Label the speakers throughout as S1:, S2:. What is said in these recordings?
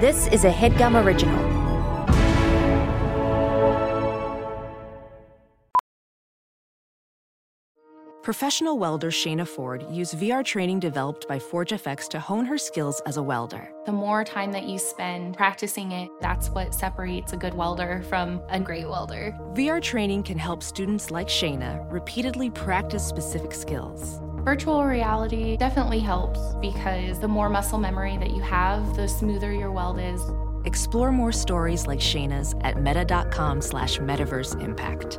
S1: This is a headgum original.
S2: Professional welder Shayna Ford used VR training developed by ForgeFX to hone her skills as a welder.
S3: The more time that you spend practicing it, that's what separates a good welder from a great welder.
S2: VR training can help students like Shayna repeatedly practice specific skills.
S3: Virtual reality definitely helps because the more muscle memory that you have, the smoother your weld is.
S2: Explore more stories like Shayna's at meta.com slash metaverse impact.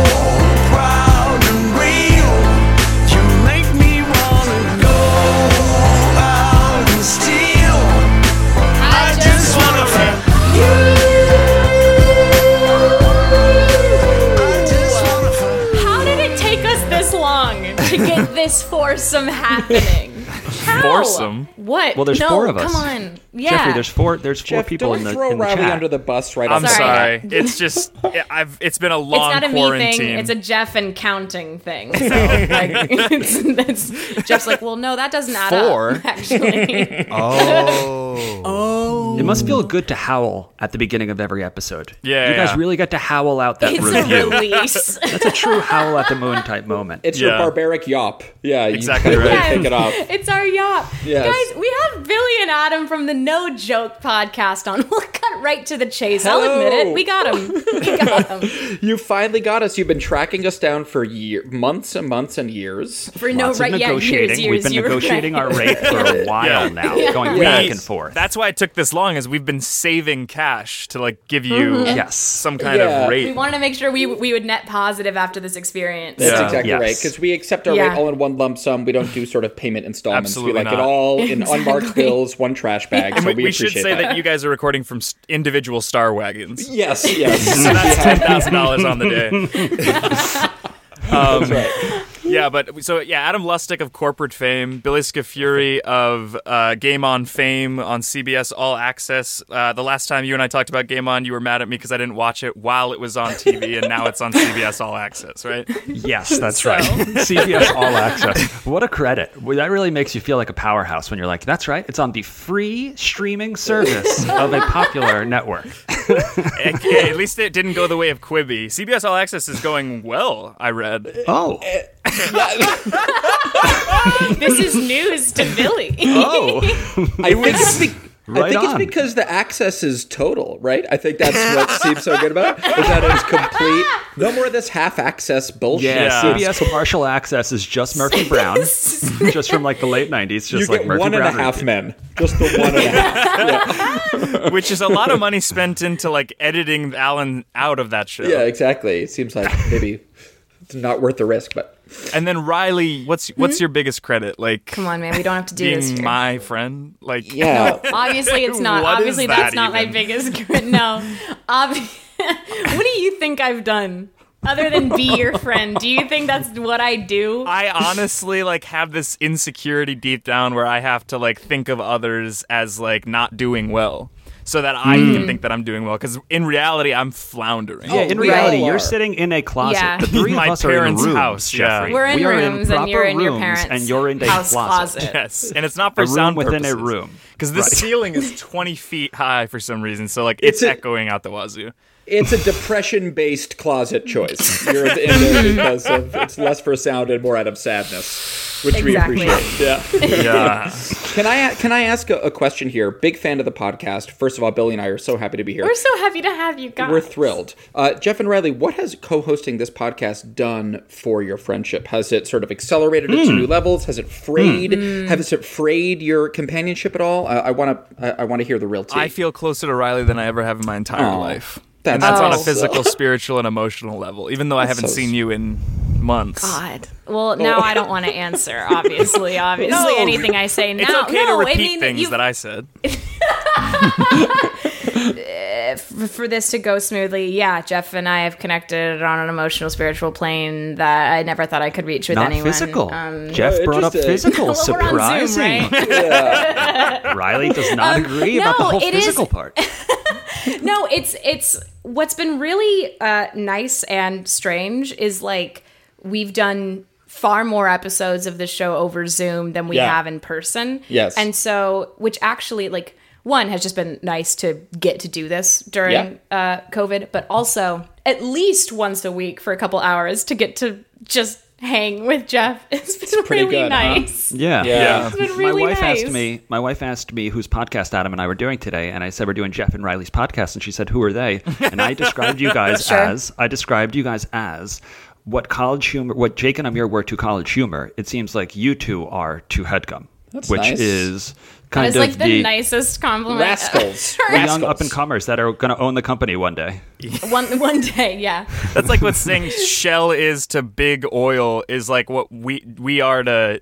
S4: proud and real. You make me wanna go out and steal. I just wanna feel you. I just wanna feel.
S5: How did it take us this long to get this foursome happening? How?
S6: Foursome?
S5: What?
S7: Well, there's
S5: No,
S7: four of us.
S5: Come on, yeah.
S7: Jeffrey, there's four. There's four
S8: Jeff,
S7: people
S8: don't
S7: in the,
S8: throw
S7: in the
S8: Ravi
S7: chat.
S8: under the bus right off
S6: I'm
S8: the
S6: sorry.
S5: Sorry.
S6: It's just I've it's been a
S5: it's
S6: long
S5: not a me
S6: quarantine.
S5: thing. It's a Jeff and counting thing. So, like, it's, it's- Jeff's like, well, no, that doesn't add
S6: Four?
S5: up. Actually,
S7: It must feel good to howl at the beginning of every episode.
S6: Yeah,
S7: you guys
S6: yeah.
S7: really got to howl out that
S5: it's a
S7: review.
S5: release.
S7: That's a true howl at the moon type moment.
S8: It's
S6: Yeah.
S8: your barbaric yop. Yeah, you
S6: Exactly
S8: gotta really
S6: right.
S8: pick it up.
S5: It's our yacht.
S8: Yes.
S5: Guys, we have Billy and Adam from the No Joke podcast on. We'll cut right to the chase. I'll
S8: Hello.
S5: admit it. We got him. We got him.
S8: You finally got us. You've been tracking us down for year, months and months and years.
S5: For
S7: Lots
S5: no
S7: of
S5: right yeah, years,
S7: negotiating.
S5: years,
S7: We've been
S5: you were
S7: negotiating
S5: right.
S7: our rate for a while now, going
S6: We-
S7: back and forth.
S6: That's why it took this long, is we've been saving cash to like give you
S7: Yes.
S6: some kind
S8: Yeah.
S6: of
S5: We
S6: rate.
S5: wanted to make sure we we would net positive after this experience.
S8: That's
S6: Yeah.
S8: exactly
S7: Yes.
S8: right. Because we accept our
S5: Yeah.
S8: rate all in one lump sum. We don't do sort of payment installments.
S6: Absolutely
S8: we like it
S6: not.
S8: all in unmarked bills, one trash bag.
S6: And
S8: so
S6: we,
S8: we,
S6: we should
S8: appreciate
S6: say that. you guys are recording from s individual star wagons.
S8: Yes, yes.
S6: So that's ten thousand dollars on the day. Um,
S8: That's right.
S6: Yeah, but so yeah, Adam Lustig of corporate fame, Billy Scafuri of uh, Game On fame on CBS All Access. Uh, the last time you and I talked about Game On, you were mad at me because I didn't watch it while it was on TV, and now it's on CBS All Access, right?
S7: Yes, that's right. CBS All Access. What a credit. Well, That really makes you feel like a powerhouse when you're like, that's right, it's on the free streaming service of a popular network.
S6: At- At least it didn't go the way of Quibi. CBS All Access is going well. I read.
S7: Oh,
S5: This is news to Billy.
S7: oh.
S8: I think, it's, be- I
S7: Right
S8: think it's
S7: on.
S8: because the access is total, right? I think that's what seems so good about it. Is that it's complete. No more of this half access bullshit.
S6: Yeah.
S7: Yeah, CBS Partial Access is just Murphy Brown, just from like the late 90s, just
S8: You
S7: like
S8: get
S7: Murphy
S8: one and
S7: Brown.
S8: a half men. Just the one and a half.
S6: which is a lot of money spent into like editing Alan out of that show.
S8: Yeah, exactly. It seems like maybe it's not worth the risk, but
S6: And then Riley, what's what's your biggest credit? Like
S5: Hmm? Come on, man. We don't have to do this.
S6: being
S5: Here.
S6: my friend, like
S8: yeah.
S5: Obviously, it's not.
S6: What is
S5: Obviously,
S6: that
S5: that's not
S6: even?
S5: my biggest. gr- No. Obvi- what do you think I've done other than be your friend? Do you think that's what I do?
S6: I honestly like have this insecurity deep down where I have to like think of others as like not doing well so that I
S8: Hmm.
S6: can think that I'm doing well cuz in reality I'm floundering.
S7: Yeah, in
S8: We
S7: reality,
S8: all
S7: you're
S8: are.
S7: sitting in a closet.
S5: Yeah.
S7: The three
S6: My
S7: of us are in
S6: parents'
S7: rooms,
S6: house, yeah.
S7: Jeffrey.
S5: We're in
S7: We are
S5: rooms and
S7: proper
S5: you're in your
S7: rooms,
S5: parents'
S7: and you're in a
S5: house
S7: closet.
S5: closet.
S6: Yes, and it's not for
S7: A room
S6: sound
S7: within a
S6: purposes.
S7: room.
S6: because the
S7: Right.
S6: ceiling is 20 feet high for some reason. So like it's,
S8: It's a-
S6: echoing out the wazoo.
S8: It's a depression based closet choice. You're in there because of, it's less for sound and more out of sadness, which
S5: Exactly.
S8: we appreciate. Yeah.
S6: Yeah,
S8: Can I can I ask a, a question here? Big fan of the podcast. First of all, Billy and I are so happy to be here.
S5: We're so happy to have you guys.
S8: We're thrilled. Uh, Jeff and Riley, what has co hosting this podcast done for your friendship? Has it sort of accelerated it
S5: Hmm.
S8: to new levels? Has it frayed? Has it frayed your companionship at all? I, I want to I, I want to hear the real tea.
S6: I feel closer to Riley than I ever have in my entire life.
S8: that's
S6: and that's on a
S8: awesome.
S6: physical, spiritual, and emotional level. Even though I haven't
S8: so
S6: seen
S8: s-
S6: you in months.
S5: God. Well, now
S6: Oh.
S5: I don't want to answer. Obviously, obviously, anything I say now.
S6: It's okay
S5: no,
S6: to repeat
S5: I mean,
S6: things
S5: you-
S6: that I said.
S5: for this to go smoothly. Yeah, Jeff and I have connected on an emotional, spiritual plane that I never thought I could reach with
S7: Not
S5: anyone.
S7: physical.
S5: Um,
S7: Jeff
S8: Uh,
S7: brought up
S8: just, uh,
S7: physical.
S5: well, we're
S7: Surprising.
S5: on Zoom, right?
S7: Riley does not agree about the
S5: Uh, no,
S7: whole
S5: it is-
S7: physical part.
S5: no, it's it's what's been really uh, nice and strange is like we've done far more episodes of the show over Zoom than we
S8: Yeah.
S5: have in person.
S8: Yes.
S5: and so which actually like one has just been nice to get to do this during uh, COVID, but also at least once a week for a couple hours to get to just hang with Jeff. It's been
S8: pretty
S5: really
S8: good, huh?
S5: nice.
S7: Yeah.
S8: Yeah.
S5: It's been really
S7: my wife
S5: nice.
S7: asked me. My wife asked me whose podcast Adam and I were doing today, and I said we're doing Jeff and Riley's podcast, and she said who are they? And I described you guys as I described you guys as what college humor, what Jake and Amir were to college humor. It seems like you two are to headgum,
S8: That's
S7: which
S8: nice.
S7: is kind
S5: It's
S7: of
S5: like the,
S7: the
S5: nicest compliment.
S8: Rascals.
S7: the young up and comers that are going to own the company one day.
S5: one one day, yeah.
S6: That's like what saying Shell is to big oil is like what we we are to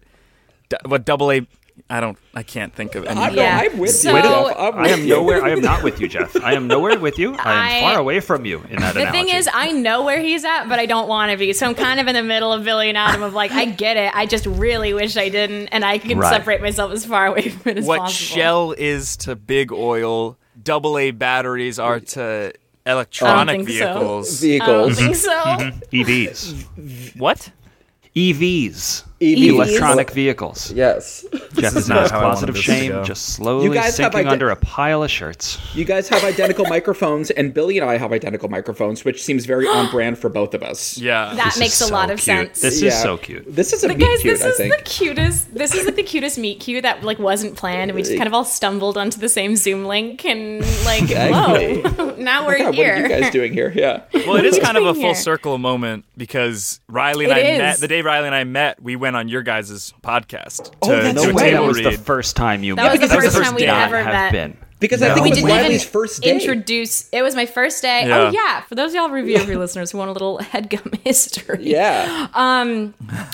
S6: d- what double A. I don't. I can't think of any.
S8: I'm,
S5: Yeah.
S8: I'm with
S5: So-
S8: you, Jeff.
S5: Oh,
S8: I'm
S7: I
S8: with
S7: am
S8: you.
S7: nowhere. I am not with you, Jeff. I am nowhere with you. I am
S5: I-
S7: far away from you in that
S5: The
S7: analogy.
S5: thing is, I know where he's at, but I don't want to be. So I'm kind of in the middle of Billy and Adam of like, I get it. I just really wish I didn't, and I can
S7: Right.
S5: separate myself as far away from it as
S6: what
S5: possible.
S6: Shell is to big oil, double A batteries are to
S5: I
S6: electronic
S5: don't think so.
S6: vehicles.
S5: I don't
S8: Vehicles.
S5: think so.
S7: E EVs,
S6: What?
S5: E
S7: EVs,
S8: EVs.
S7: E electronic vehicles.
S8: Yes.
S7: Jeff is now
S6: not
S7: his
S6: how I wanted
S7: closet of
S6: this to
S7: shame,
S6: go.
S7: just slowly
S8: guys have
S7: sinking
S8: ide-
S7: under a pile of shirts.
S8: You guys have identical microphones, and Billy and I have identical microphones, which seems very on brand for both of us.
S6: Yeah.
S5: That
S7: This
S5: makes
S7: is
S5: a lot
S7: so
S5: of
S7: cute.
S5: sense.
S7: This is
S8: Yeah.
S7: so cute.
S8: This is a
S5: But
S8: meet
S5: guys,
S8: cute,
S5: this
S8: I
S5: is
S8: think.
S5: the cutest. This is like the cutest meet cute that like wasn't planned. and We just kind of all stumbled onto the same Zoom link and like, whoa, now we're
S8: God, what
S5: here.
S8: are you guys doing here? Yeah.
S6: Well, it is kind of a
S5: doing
S6: full
S5: here?
S6: circle moment because Riley and
S5: It
S6: I
S5: is.
S6: met the day Riley and I met, we went on your guys' podcast.
S8: Oh,
S6: to,
S8: that's
S6: to a
S8: No way.
S7: That
S6: table
S7: was the
S6: read.
S7: first time you
S5: That
S7: met.
S5: was the
S6: That was the
S5: first time
S6: first
S5: we
S6: day.
S5: ever
S7: have
S5: met.
S7: been.
S8: Because I think
S5: We
S8: it's
S5: didn't
S8: Riley's
S5: even
S8: first day.
S5: introduce. It was my first day. Oh
S6: Yeah.
S5: yeah, for those of y'all review review listeners who want a little headgum history.
S8: yeah.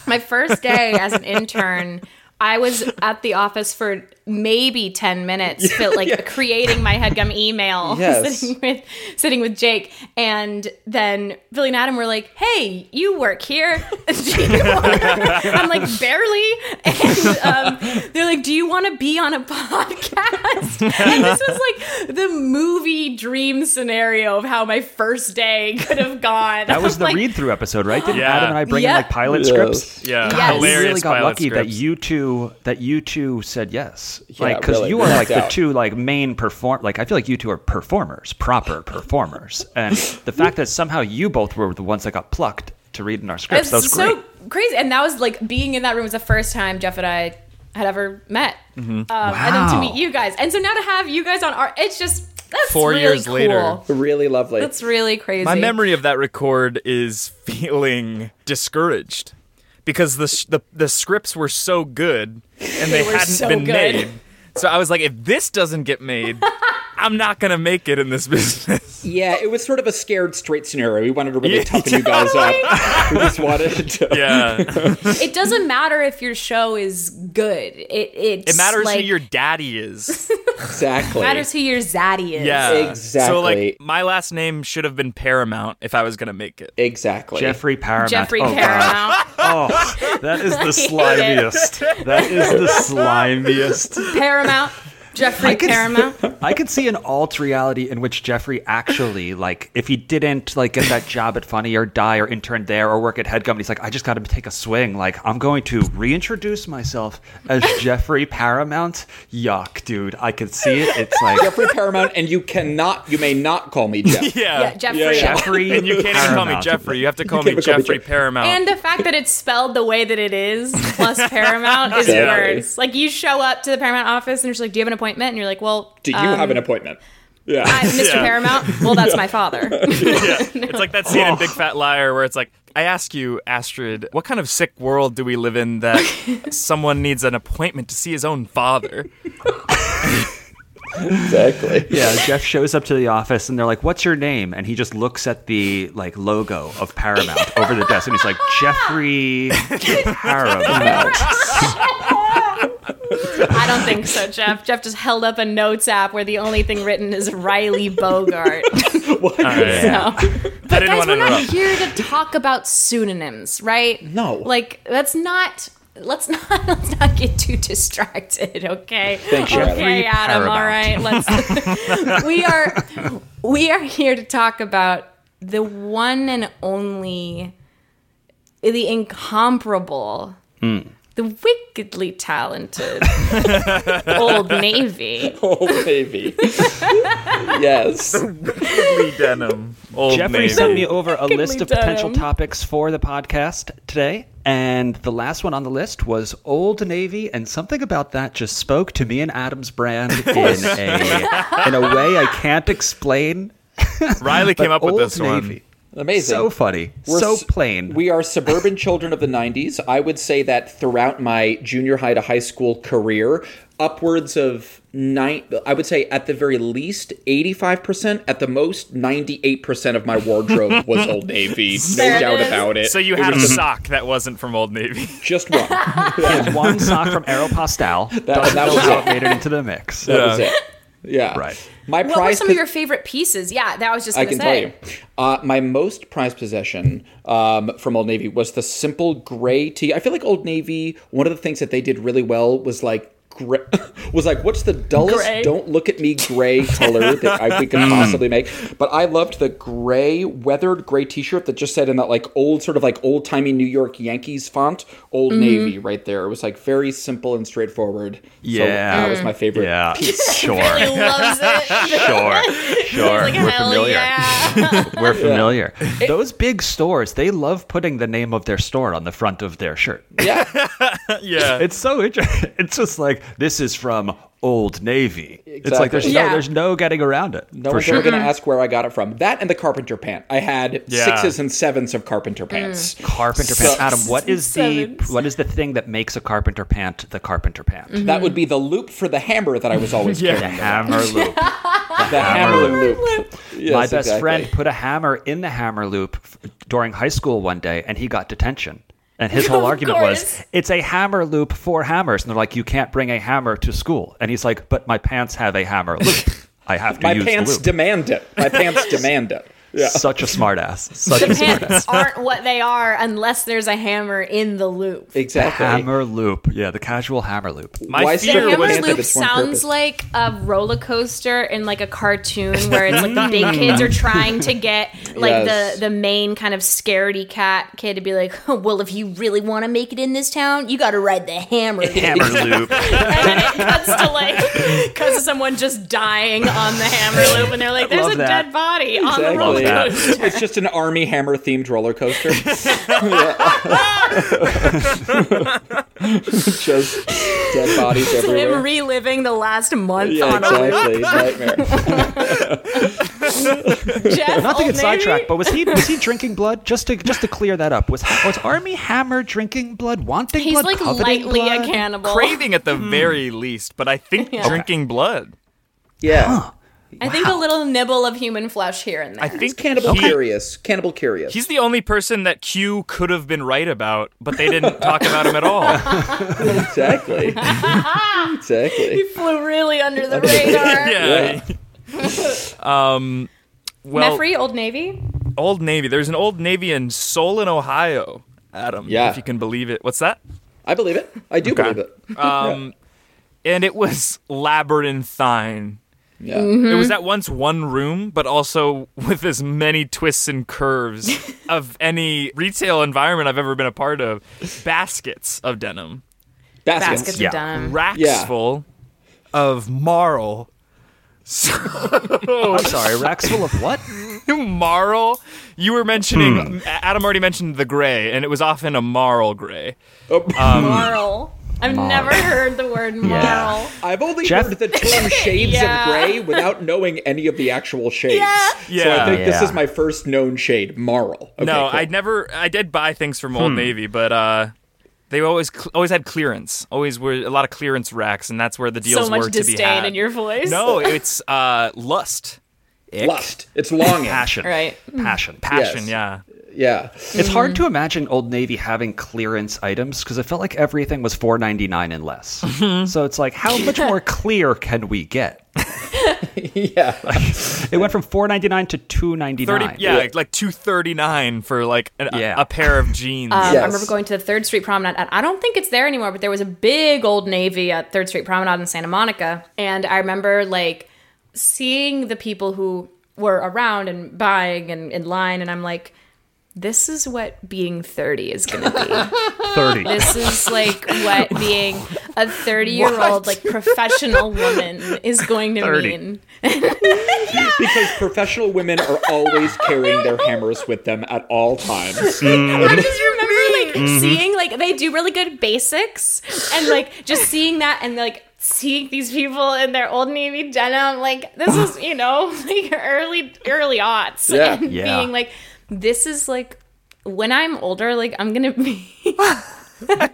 S5: My first day as an intern, I was at the office for maybe 10 minutes, felt like creating my headgum email,
S8: Yes.
S5: sitting, with, sitting with Jake. And then Billy and Adam were like, hey, you work here. Do you wanna-" I'm like, barely. And um, they're like, do you want to be on a podcast? And this was like the movie dream scenario of how my first day could have gone.
S7: That was the
S5: like,
S7: read-through episode, right? Didn't
S6: Yeah.
S7: Adam and I bring
S5: Yeah.
S7: in like pilot
S8: Yes.
S7: scripts?
S6: Yeah.
S5: Yes.
S7: We
S6: Hilarious
S7: really got
S6: pilot
S7: lucky that
S6: scripts.
S7: you two that you two said yes. like because
S8: really,
S7: you are like
S8: without
S7: the
S8: doubt.
S7: two like main perform. Like I feel like you two are performers, proper performers, and the fact that somehow you both were the ones that got plucked to read in our scripts. That was
S5: so
S7: great.
S5: crazy. And that was like being in that room was the first time Jeff and I had ever met.
S6: Mm-hmm.
S5: Um, And then to
S7: Wow.
S5: meet you guys. And so now to have you guys on our, it's just, that's
S6: Four
S5: really
S6: years
S5: cool.
S6: later.
S8: Really lovely.
S5: That's really crazy.
S6: My memory of that record is feeling discouraged because the sh- the, the scripts were so good and they,
S5: were
S6: hadn't
S5: so
S6: been
S5: good.
S6: made. So I was like, if this doesn't get made, I'm not gonna make it in this business.
S8: yeah, it was sort of a scared straight scenario. We wanted to really toughen you guys up. we just wanted to.
S6: Yeah,
S5: It doesn't matter if your show is good. It it's
S6: it matters
S5: like,
S6: who your daddy is.
S8: Exactly.
S5: matters who your zaddy is.
S6: Yeah, So
S8: Exactly.
S6: like, my last name should have been Paramount if I was gonna make it.
S8: Exactly.
S7: Jeffrey Paramount.
S5: Jeffrey
S7: oh, God.
S5: Paramount.
S7: Oh, that is the
S5: hate it.
S7: slimiest. That is the slimiest.
S5: Paramount. Jeffrey Paramount.
S7: I could see an alt reality in which Jeffrey actually, like, if he didn't like get that job at Funny or die or intern there or work at Headgum, he's like, I just got to take a swing. Like, I'm going to reintroduce myself as Jeffrey Paramount. Yuck, dude. I could see it. It's like
S8: Jeffrey Paramount, and you cannot, you may not call me Jeff.
S6: Yeah.
S5: Yeah, Jeffrey.
S7: Jeffrey.
S6: And you can't even call me
S7: Paramount.
S6: Jeffrey. You have to call
S8: can't
S6: me
S8: call me
S6: Jeffrey
S8: Jeff-
S6: Paramount.
S5: And the fact that it's spelled the way that it is, plus Paramount, is
S8: Yeah.
S5: words. Like you show up to the Paramount office and you're just like, "Do you have an appointment?" And you're like, "Well, um,
S8: Do you have an appointment? Yeah.
S5: I, Mr.
S6: Yeah.
S5: Paramount? Well, that's my father."
S6: It's like that scene in Big Fat Liar where it's like, I ask you, Astrid, what kind of sick world do we live in that someone needs an appointment to see his own father?
S8: exactly.
S7: Yeah, Jeff shows up to the office and they're like, "What's your name?" And he just looks at the like logo of Paramount over the desk and he's like, "Jeffrey Paramount."
S5: I don't think so, Jeff. Jeff just held up a notes app where the only thing written is Riley Bogart. So-
S6: I didn't
S5: Guys,
S6: want to
S5: we're not
S6: interrupt.
S5: here to talk about pseudonyms, right?
S8: No.
S5: Like that's not. Let's not let's not get too distracted, okay?
S8: Thank you, Adam.
S5: okay, Adam. All right, let's. we are we are here to talk about the one and only, the incomparable,
S8: Hmm.
S5: the wickedly talented Old Navy.
S8: Oh baby. yes.
S6: denim. Old
S7: Jeffrey
S6: Navy.
S7: sent me over a list of
S5: done.
S7: potential topics for the podcast today, and the last one on the list was Old Navy, and something about that just spoke to me and Adam's brand in a in a way I can't explain.
S6: Riley came
S7: But
S6: up with
S7: Old
S6: this one.
S7: Navy.
S8: Amazing.
S7: So funny,
S8: We're
S7: so
S8: s-
S7: plain.
S8: We are suburban children of the 90s. I would say that throughout my junior high to high school career, upwards of nine, I would say at the very least 85%, at the most 98% of my wardrobe was Old Navy.
S5: There it
S8: No doubt
S5: is.
S8: about it.
S6: So you
S8: It
S6: had a
S8: was
S6: sock that wasn't from Old Navy.
S8: just one. that,
S7: had one sock from Aeropostale.
S8: that, was
S7: how it
S8: it.
S7: made it into the mix.
S8: That was it. Yeah.
S7: Right.
S8: My
S5: What were
S8: prize
S5: some
S8: pic-
S5: of your favorite pieces? Yeah, that I was just.
S8: I
S5: Gonna
S8: can
S5: say.
S8: tell you. Uh, my most prized possession um, from Old Navy was the simple gray tee. I feel like Old Navy, one of the things that they did really well was like, gray, was like, what's the dullest,
S5: Gray.
S8: don't look at me gray color that I, we could
S7: Hmm.
S8: possibly make? But I loved the gray, weathered gray t shirt that just said in that like old, sort of like old timey New York Yankees font, Old Navy right there. It was like very simple and straightforward. so
S7: Yeah.
S8: that was my favorite.
S7: Yeah,
S5: He
S7: sure,
S5: loves it.
S7: sure, sure.
S5: Like,
S7: We're
S5: hell
S7: familiar.
S5: yeah.
S7: We're familiar. Those big stores, they love putting the name of their store on the front of their shirt.
S8: Yeah.
S6: yeah.
S7: It's so interesting. It's just like this is from Old Navy. It's
S8: Exactly.
S7: like there's
S5: Yeah.
S7: no there's no getting around it.
S8: No
S7: for
S8: one's
S7: sure.
S8: ever going to ask where I got it from. That and the carpenter pant. I had
S6: Yeah.
S8: sixes and sevens of carpenter pants.
S7: Carpenter pants. Adam, what is the
S5: Sevens.
S7: what is the thing that makes a carpenter pant the carpenter pant?
S5: Mm-hmm.
S8: That would be the loop for the hammer that I was always
S6: Yeah.
S8: carrying.
S7: Hammer loop.
S8: The hammer loop. Yes,
S7: My best
S8: exactly.
S7: friend put a hammer in the hammer loop f- during high school one day, and he got detention. And his whole
S5: Of
S7: argument
S5: course.
S7: was, it's a hammer loop for hammers. And they're like, you can't bring a hammer to school. And he's like, but my pants have a hammer loop. I have to
S8: My
S7: use the
S8: pants
S7: loop.
S8: demand it. My pants demand it. Yeah.
S7: Such a smartass. Such a
S5: The
S7: smartass.
S5: pants aren't what they are unless there's a hammer in the loop.
S8: Exactly.
S7: Hammer loop. Yeah, the casual hammer loop.
S6: My
S8: Why
S6: feet
S8: strip
S6: are
S8: your
S5: Hammer
S8: pants if
S5: loop
S8: it's one
S5: sounds
S8: purpose?
S5: like a roller coaster in like a cartoon where it's like the big kids are trying to get like
S8: Yes.
S5: the the main kind of scaredy cat kid to be like, "Oh, well, if you really want to make it in this town, you got to ride the hammer. loop." and
S7: Hammer loop.
S5: then it cuts to like cuts to someone just dying on the hammer loop, and they're like, "There's
S7: Love
S5: a
S7: that.
S5: dead body on the
S8: Exactly.
S5: roller
S7: that.
S5: coaster."
S8: It's just an army hammer themed roller coaster. just dead bodies
S5: Him
S8: everywhere.
S5: reliving the last month
S8: Yeah,
S5: on a
S8: exactly. Nightmare.
S5: Jeff.
S7: Not
S8: Oh,
S7: to
S5: Old
S7: get
S5: Navy?
S7: sidetracked, but was he was he drinking blood? Just to just to clear that up, was was Army Hammer drinking blood? Wanting
S5: He's
S7: blood?
S5: like
S7: coveting
S5: lightly
S7: blood?
S5: a cannibal.
S6: craving at the very least, but I think drinking blood.
S8: Yeah.
S5: I think a little nibble of human flesh here and there.
S6: I think
S8: Cannibal
S6: he-
S8: Curious. Cannibal Curious.
S6: He's the only person that Q could have been right about, but they didn't talk about him at all.
S8: exactly. exactly.
S5: flew really under the radar.
S6: Yeah. um. Well,
S5: Meffrey, Old Navy.
S6: Old Navy. There's an Old Navy in Solon, Ohio. Adam,
S8: Yeah.
S6: if you can believe it. What's that?
S8: I believe it. I do believe it.
S6: And it was labyrinthine.
S8: Yeah.
S6: It was at once one room, but also with as many twists and curves of any retail environment I've ever been a part of. Baskets of denim,
S8: Baskets.
S5: Baskets
S7: Yeah.
S5: of Dime.
S6: racks
S8: Yeah.
S6: full of marl.
S7: I'm sorry, racks full of what?
S6: marl? You were mentioning, Adam already mentioned the gray, and it was often a marl gray.
S8: Oh.
S5: Marl. I've never heard the word Marl.
S7: Yeah.
S8: I've only
S7: Jeff-
S8: heard the term shades
S5: Yeah.
S8: of gray without knowing any of the actual shades.
S5: Yeah.
S8: So
S6: Yeah.
S8: I think this
S7: Yeah.
S8: is my first known shade, Marl. Okay,
S6: no,
S8: cool.
S6: I never, I did buy things from Old Navy, but uh, They always cl- always had clearance. Always were a lot of clearance racks, and that's where the deals
S5: So much
S6: were to be
S5: disdain
S6: had.
S5: in your voice.
S6: No, it's uh, lust, Ick.
S8: Lust. It's longing.
S7: Passion.
S5: Right.
S7: Passion.
S6: passion.
S8: Yes.
S6: Yeah,
S8: Yeah.
S7: It's hard to imagine Old Navy having clearance items because it felt like everything was four ninety nine and less. so it's like, how much more clear can we get?
S8: Yeah.
S7: It went from four ninety nine to two ninety
S6: thirty.
S7: nine.
S6: Yeah, like two thirty nine for like an, a-
S7: Yeah.
S6: a, pair of jeans.
S5: Um,
S8: Yes.
S5: I remember going to the Third Street Promenade, and I don't think it's there anymore, but there was a big old Navy at Third Street Promenade in Santa Monica. And I remember like seeing the people who were around and buying and in line, and I'm like, this is what being 30 is going to be.
S7: thirty.
S5: this is like what being a 30 year old, like professional woman is going to
S7: 30.
S5: mean.
S8: because professional women are always carrying their hammers with them at all times.
S5: I just remember
S6: Mm-hmm.
S5: like seeing like they do really good basics and like just seeing that and like seeing these people in their old navy denim like this is you know like early early aughts
S8: Yeah.
S5: and
S7: Yeah.
S5: being like this is like when I'm older like I'm gonna be I'm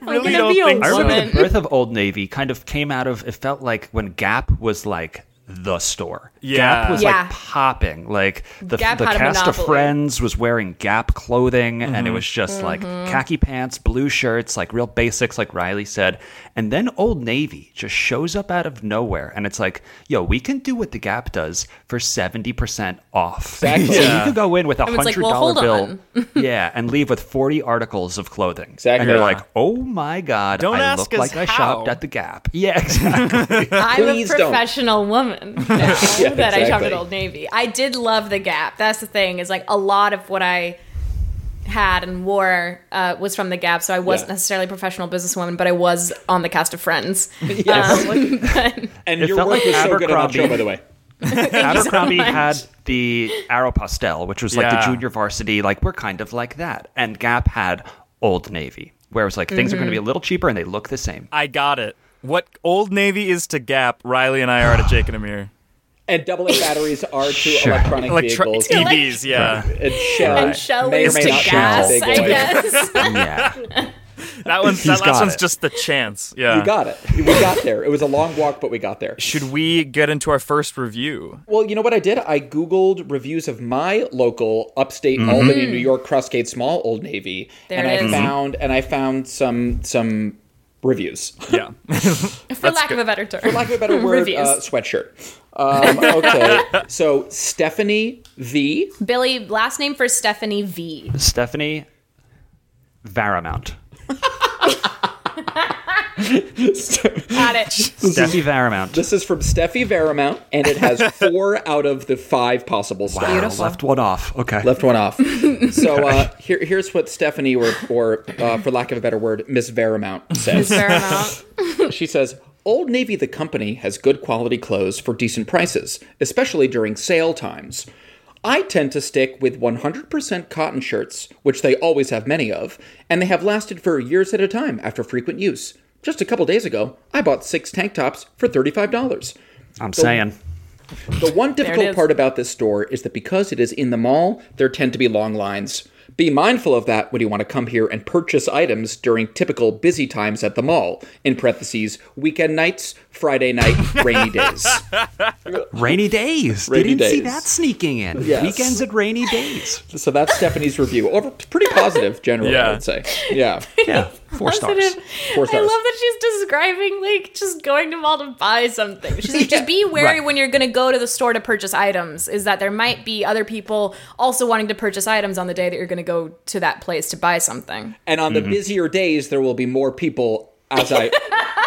S6: really
S5: gonna
S6: don't
S5: be a
S6: think
S7: I
S6: so.
S7: remember
S5: woman.
S7: the birth of Old Navy kind of came out of it felt like when Gap was like the store. Gap
S6: Yeah.
S7: was
S5: Yeah.
S7: like popping. Like the,
S5: Gap
S7: the
S5: had a
S7: cast
S5: monopoly. Mm-hmm.
S7: of Friends was wearing Gap clothing and it was just like khaki pants, blue shirts, like real basics, like Riley said. And then Old Navy just shows up out of nowhere and it's like, yo, we can do what the Gap does for 70% off.
S8: Exactly.
S7: So you could go in with a
S5: Everyone's
S7: $100
S5: like, well, hold
S7: bill. yeah, and leave with 40 articles of clothing.
S8: Exactly.
S7: And you're
S8: Yeah.
S7: like, oh my God.
S6: Don't
S7: I
S6: ask
S7: look
S6: us
S7: like I
S6: how.
S7: shopped at the Gap. Yeah, exactly.
S5: I'm
S8: Please
S5: a
S8: don't.
S5: professional woman now that I shop at
S8: exactly.
S5: Old Navy. I did love the Gap. That's the thing is like a lot of what I had and wore uh, was from the Gap. So I wasn't
S8: Yeah.
S5: necessarily a professional businesswoman, but I was on the cast of Friends. Um,
S8: Yes. and
S7: It
S8: your
S7: felt
S8: work
S7: like
S8: was so good on
S7: Abercrombie.
S8: that show, by the way.
S7: Abercrombie had the Arrow Pastel, which was like
S6: Yeah.
S7: the junior varsity. Like we're kind of like that. And Gap had Old Navy, where it was like things are going to be
S8: Mm-hmm.
S7: a little cheaper and they look the same.
S6: I got it. What Old Navy is to Gap, Riley and I are to Jake and Amir.
S8: And double A batteries are to electronic
S6: Electro-
S8: vehicles.
S6: EVs, E yeah.
S8: And shell,
S5: and Shell
S8: may or
S5: is
S8: may
S5: to
S8: not be
S5: gas,
S8: big
S5: I
S8: oil.
S5: guess.
S7: yeah,
S6: That one's that
S7: He's
S6: last
S7: got
S6: one's
S7: it.
S6: just the chance. Yeah.
S8: We got it. We got there. It was a long walk, but we got there.
S6: Should we get into our first review?
S8: Well, you know what I did? I Googled reviews of my local upstate Albany, New York Crossgate Small Old Navy.
S5: Hmm. There
S8: and
S5: it
S8: I
S5: is. Mm-hmm.
S8: found and I found some some reviews.
S6: Yeah.
S5: For lack of a better term. For
S8: lack of a better word,
S5: Reviews.
S8: uh, sweatshirt. Um, okay. so Stephanie V.
S5: Billy, last name for Stephanie V.
S7: Stephanie Varamount.
S5: Got it.
S7: Stephanie Varamount.
S8: This is from Steffi Veramount, and it has four out of the five possible stars.
S7: Left one off. Okay.
S8: Left one off. So uh, here, here's what Stephanie, or, or uh, for lack of a better word, Miss Veramount says.
S5: Paramount.
S8: She says, Old Navy, the company, has good quality clothes for decent prices, especially during sale times. I tend to stick with 100% cotton shirts, which they always have many of, and they have lasted for years at a time after frequent use. Just a couple days ago, I bought six tank tops for $35.
S7: I'm saying.
S8: The one difficult
S5: is.
S8: part about this store is that because it is in the mall, there tend to be long lines. Be mindful of that when you want to come here and purchase items during typical busy times at the mall. In parentheses, weekend nights, Friday night, rainy days.
S7: Rainy days. They
S8: Rainy
S7: didn't see
S8: days.
S7: that sneaking in.
S8: Yes.
S7: Weekends and rainy days.
S8: So that's Stephanie's review. Over pretty positive generally, I
S6: Yeah.
S8: would say. Yeah.
S7: Yeah. Four stars.
S8: Four
S5: I
S8: stars.
S5: love that she's describing like just going to mall to buy something. She's like, just be wary
S7: Right.
S5: when you're going to go to the store to purchase items. Is that there might be other people also wanting to purchase items on the day that you're going to go to that place to buy something.
S8: And on the busier days, there will be more people as I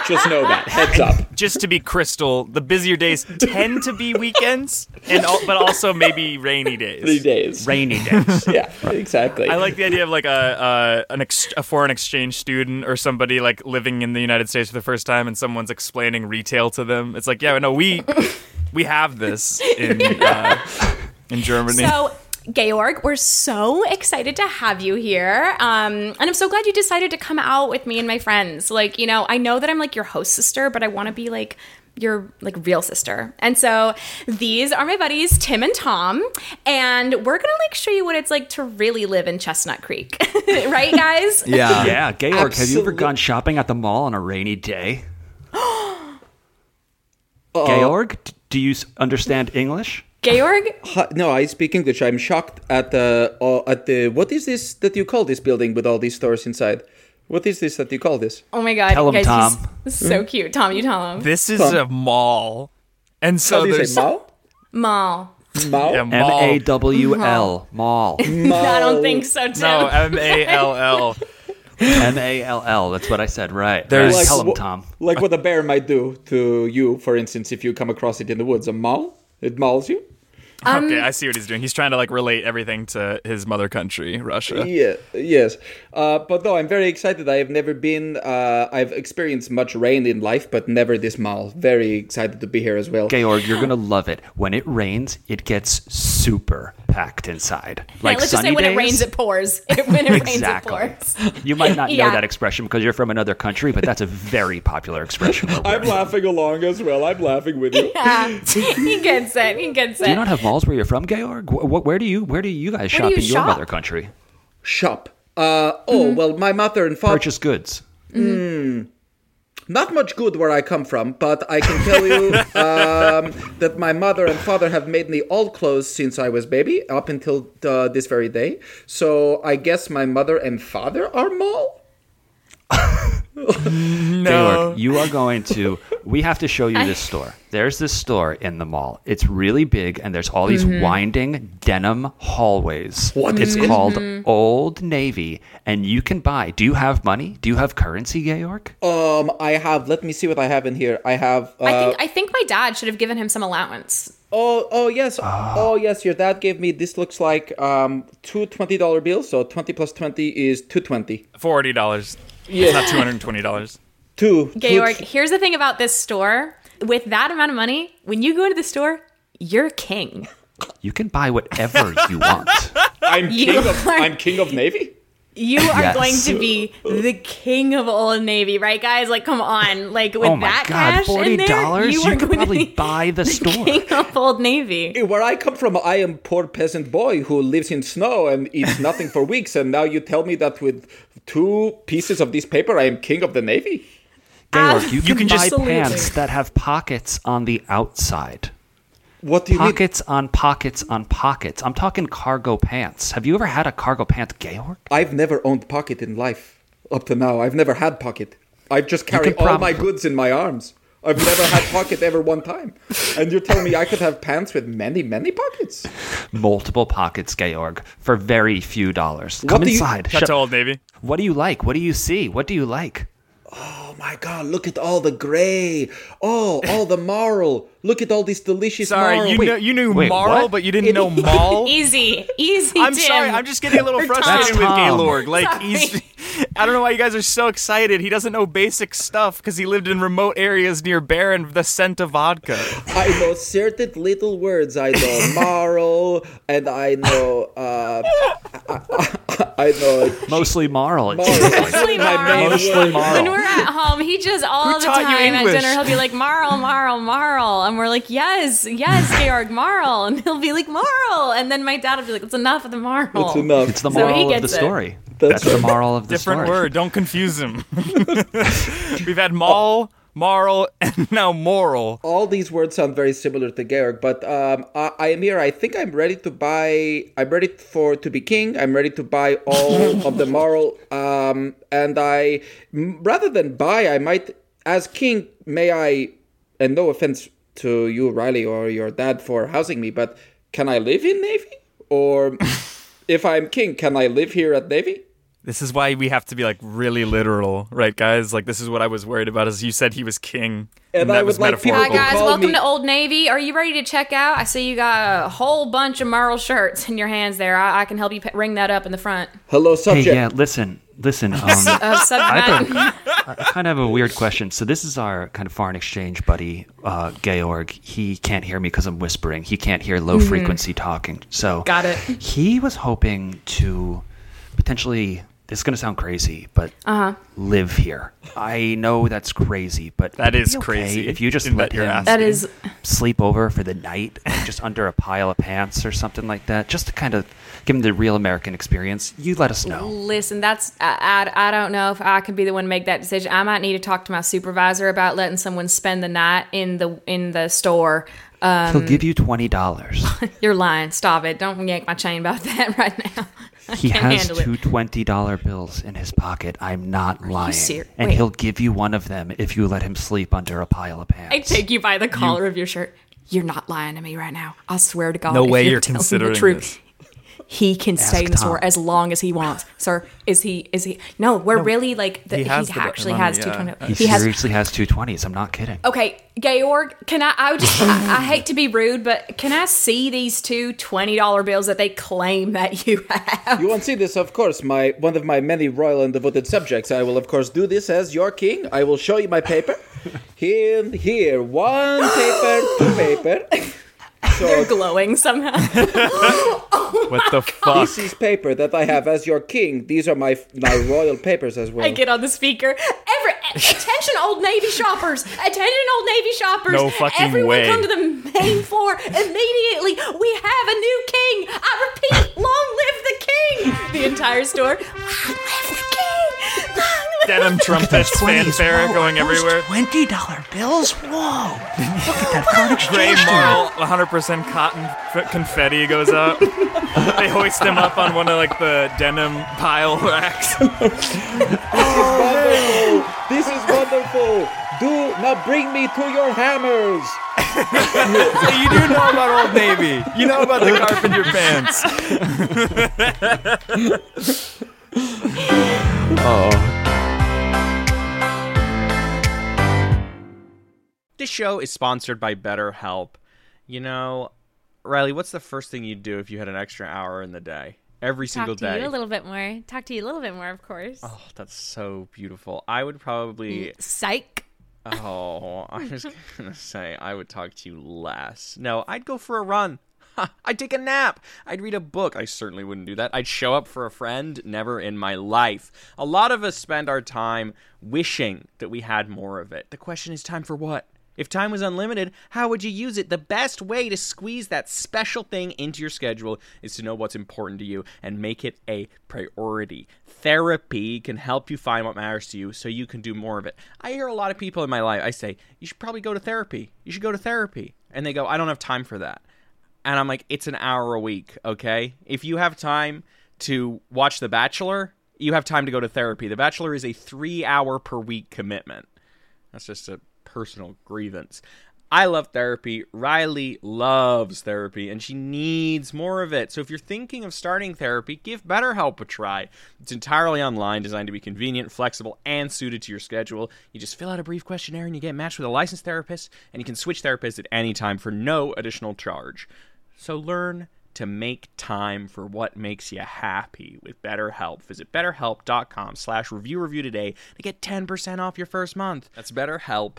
S8: just know that. Heads up.
S6: Just to be crystal, the busier days tend to be weekends, and al- but also maybe rainy
S8: Three
S6: days.
S8: days.
S7: Rainy days.
S8: Yeah, exactly.
S6: I like the idea of like a a, an ex- a foreign exchange student or somebody like living in the United States for the first time, and someone's explaining retail to them. It's like, yeah, no, we we have this in uh, in Germany.
S5: So, Georg, we're so excited to have you here. Um, and I'm so glad you decided to come out with me and my friends. Like, you know, I know that I'm like your host sister, but I want to be like your like real sister. And so these are my buddies Tim and Tom, and we're gonna like show you what it's like to really live in Chestnut Creek, right, guys?
S9: Yeah.
S7: Yeah, Georg, have you ever
S8: Absolute-
S7: gone shopping at the mall on a rainy day? Georg, d- do you s- understand English?
S5: Georg,
S8: Ha- no, I speak English. I'm shocked at the uh, at the what is this that you call this building with all these stores inside? What is this that you call this?
S5: oh my god,
S7: Tell
S5: you
S7: 'em,
S5: guys,
S7: Tom. Hmm?
S5: he's so cute. Tom, you tell him.
S6: This is a mall, and so
S8: How do you
S6: there's
S8: say mall?
S5: Mall. Uh-huh.
S8: Mall?
S6: yeah,
S7: M
S6: mall.
S7: A W L mall.
S5: I don't think so, Tim.
S6: no, M A L L.
S7: M A L L. That's what I said. Right.
S6: There's-
S7: right. tell him,
S8: wha-
S7: Tom.
S8: Like what a bear might do to you, for instance, if you come across it in the woods. A mall? It mauls you?
S6: Okay, I see what he's doing. He's trying to like relate everything to his mother country, Russia.
S8: Yeah, yes. Uh, but no, I'm very excited. I have never been, uh, I've experienced much rain in life, but never this mall. Very excited to be here as well.
S7: Georg, you're gonna love it. When it rains, it gets super packed inside. Like
S5: yeah, let's just
S7: sunny
S5: say when
S7: days,
S5: it rains, it pours. when it rains, it pours.
S7: exactly. You might not know
S5: Yeah.
S7: that expression because you're from another country, but that's a very popular expression. where
S8: I'm
S7: we're-
S8: laughing along as well. I'm laughing with you.
S5: Yeah, he gets it. He gets it.
S7: Do you not have malls where you're from, Georg? Wh- wh- where do you where do you guys shop
S5: you
S7: in your
S5: shop?
S7: mother country?
S8: Shop. Uh, oh,
S5: Mm-hmm.
S8: well, my mother and father.
S7: Purchase goods.
S8: Not much good where I come from, but I can tell you um, that my mother and father have made me all clothes since I was baby, up until uh, this very day. So I guess my mother and father are mall.
S7: Georg, you are going to. We have to show you this store. There's this store in the mall. It's really big, and there's all these winding denim hallways. What it's called Old Navy, and you can buy. Do you have money? Do you have currency, Georg?
S8: Um, I have. Let me see what I have in here. I have. Uh,
S5: I think I think my dad should have given him some allowance.
S8: oh, oh yes,
S5: Ah.
S8: oh yes. Your dad gave me. This looks like um two twenty dollar bills. So twenty plus twenty is two twenty.
S6: Forty dollars. Yeah, not two hundred and twenty dollars.
S8: Two. two-
S5: Georg, here's the thing about this store. With that amount of money, when you go into the store, you're king.
S7: You can buy whatever you want.
S8: I'm
S5: You
S8: king of.
S5: are-
S8: I'm king of navy.
S5: You are
S7: Yes.
S5: going to be the king of Old Navy, right, guys? Like, come on! Like with
S7: oh my
S5: that
S7: God,
S5: cash in there,
S7: dollars!
S5: you
S7: You,
S5: are
S7: could
S5: going
S7: probably
S5: to be
S7: buy the store.
S5: king of Old Navy.
S8: Where I come from, I am poor peasant boy who lives in snow and eats nothing for weeks. And now you tell me that with two pieces of this paper, I am king of the navy.
S7: Georg, you can,
S6: can
S7: buy
S6: just-
S7: pants that have pockets on the outside.
S8: What do you mean?
S7: Pockets on pockets on pockets. I'm talking cargo pants. Have you ever had a cargo pants, Georg?
S8: I've never owned pocket in life up to now. I've never had pocket. I've just carried
S7: could
S8: all my
S7: probab-
S8: goods in my arms. I've never had pocket ever one time. And you're telling me I could have pants with many, many pockets?
S7: multiple pockets, Georg, for very few dollars.
S8: What
S7: Come
S8: do you-
S7: inside.
S6: Cut
S7: Shut-
S6: to Old Navy.
S7: What do you like? What do you see? What do you like?
S8: Oh my god, look at all the gray. Oh, all the marl. Look at all these delicious
S6: Sorry,
S8: marl.
S6: you
S8: Wait,
S6: know you knew
S7: Wait,
S6: Marl,
S7: what?
S6: but you didn't know Mall.
S5: Easy, easy.
S6: I'm
S5: Tim.
S6: sorry. I'm just getting a little
S5: Or
S6: frustrated
S7: Tom.
S6: with
S7: That's Tom.
S6: Gaylord. Like he's, I don't know why you guys are so excited. He doesn't know basic stuff because he lived in remote areas near bear and the scent of vodka.
S8: I know certain little words. I know marl, and I know. Uh, I, I, I know.
S7: Mostly Marl. it
S8: Marl.
S7: seems like.
S5: Mostly
S8: My
S5: Marl.
S8: main
S7: Mostly
S8: word.
S7: Marl.
S5: When we're at home, he just all
S6: Who
S5: the
S6: taught you
S5: time at
S6: English?
S5: dinner, he'll be like, Marl, Marl, Marl. And we're like, yes, yes, Georg, Marl. And he'll be like, Marl. And then my dad will be like, it's enough of the Marl.
S8: It's enough.
S7: It's the
S5: So he
S7: moral of
S5: gets
S7: the
S5: it.
S7: story.
S8: That's
S7: That's, the
S8: right.
S7: moral of the
S6: Different
S7: story.
S6: word. Don't confuse him. We've had Mall, Marl, and now Moral.
S8: all these words sound very similar to Georg, but um, I, I am here. I think I'm ready to buy. I'm ready for to be king. I'm ready to buy all of the moral. Um, and I, m- rather than buy, I might, as king, may I, and no offense to you, Riley, or your dad for housing me, but can I live in Navy? Or if I'm king, can I live here at Navy?
S6: This is why we have to be like really literal, right, guys? Like this is what I was worried about. Is you said he was king, and,
S8: I
S6: that
S8: would
S6: was
S8: like people-
S5: Hi,
S6: metaphorical.
S5: guys.
S8: Call
S5: Welcome
S8: me-
S5: to Old Navy. Are you ready to check out? I see you got a whole bunch of Marl shirts in your hands there. I, I can help you p- ring that up in the front.
S8: Hello,
S7: Hey,
S8: subject.
S7: yeah, listen, listen. Um, I
S5: Uh, sub-
S7: kind of have a weird question. So this is our kind of foreign exchange buddy, uh, Georg. He can't hear me because I'm whispering. He can't hear low
S5: Mm-hmm.
S7: frequency talking. So
S5: Got it.
S7: He was hoping to potentially. This is going to sound crazy, but
S5: Uh-huh.
S7: live here. I know that's crazy, but
S6: That
S7: it'd
S6: is
S7: be okay
S6: crazy
S7: If you just
S6: in
S7: let
S6: that you're
S7: him
S6: asking.
S10: That is
S7: sleep over for the night, like, just under a pile of pants or something like that, just to kind of give him the real American experience. You let us know.
S5: Listen, that's I, I, I don't know if I can be the one to make that decision. I might need to talk to my supervisor about letting someone spend the night in the in the store.
S7: He'll
S5: Um,
S7: give you twenty dollars.
S5: You're lying. Stop it. Don't yank my chain about that right now. I
S7: He
S5: can't
S7: has
S5: handle it.
S7: two twenty dollar bills in his pocket. I'm not lying.
S5: ser-
S7: and
S5: wait.
S7: he'll give you one of them if you let him sleep under a pile of pants.
S5: I take you by the collar of your shirt. You're not lying to me right now. I swear to God.
S6: No
S5: if
S6: way
S5: you're,
S6: you're
S5: telling
S6: considering
S5: the truth.
S6: this.
S5: He can stay in the
S7: Tom.
S5: store as long as he wants, sir. Is he? Is he? No, we're really like the, he,
S6: has the
S5: actually
S6: money,
S5: has two
S6: yeah.
S5: twenty.
S7: He,
S5: He has
S7: seriously has two twenties. I'm not kidding.
S5: Okay, Georg, can I? I would just, I, I hate to be rude, but can I see these two $20 bills that they claim that you have?
S8: You won't see this, of course, my one of my many royal and devoted subjects. I will, of course, do this as your king. I will show you my paper. Here, here, one paper, two paper. So
S5: Glowing somehow.
S6: What the fuck?
S8: this is paper that I have as your king. These are my my royal papers as well.
S5: I get on the speaker. Every, attention, Old Navy shoppers! Attention, Old Navy shoppers!
S6: No fucking
S5: Everyone
S6: way.
S5: come to the main floor immediately! We have a new king! I repeat, long live the king! The entire store, long live the king! Long live
S6: Denim trumpets, fanfare going everywhere.
S4: Twenty dollar bills? Whoa! Look at that card
S6: Gray marl, 100% cotton f- confetti goes up. they hoist him up on one of like the denim pile racks.
S8: Wonderful. This is wonderful. Do not bring me to your hammers.
S6: you do know about Old Navy. You know about the carpenter pants.
S11: This show is sponsored by BetterHelp. You know, Riley, what's the first thing you'd do if you had an extra hour in the day? Every single
S12: Talk to
S11: day.
S12: you a little bit more. Talk to you a little bit more, of course.
S11: oh, that's so beautiful. I would probably
S12: Psych.
S11: Oh, I was gonna say I would talk to you less. No, I'd go for a run. I'd take a nap. I'd read a book. I certainly wouldn't do that. I'd show up for a friend. Never in my life. A lot of us spend our time wishing that we had more of it. The question is time for what? If time was unlimited, how would you use it? The best way to squeeze that special thing into your schedule is to know what's important to you and make it a priority. Therapy can help you find what matters to you so you can do more of it. I hear a lot of people in my life, I say, you should probably go to therapy. You should go to therapy. And they go, I don't have time for that. And I'm like, it's an hour a week, okay? If you have time to watch The Bachelor, you have time to go to therapy. The Bachelor is a three hour per week commitment. That's just a personal grievance. I love therapy. Riley loves therapy and she needs more of it. So if you're thinking of starting therapy, give BetterHelp a try. It's entirely online, designed to be convenient, flexible, and suited to your schedule. You just fill out a brief questionnaire and you get matched with a licensed therapist, and you can switch therapists at any time for no additional charge. So learn to make time for what makes you happy with BetterHelp. Visit betterhelp.com slash review review today to get 10% off your first month. That's betterhelp,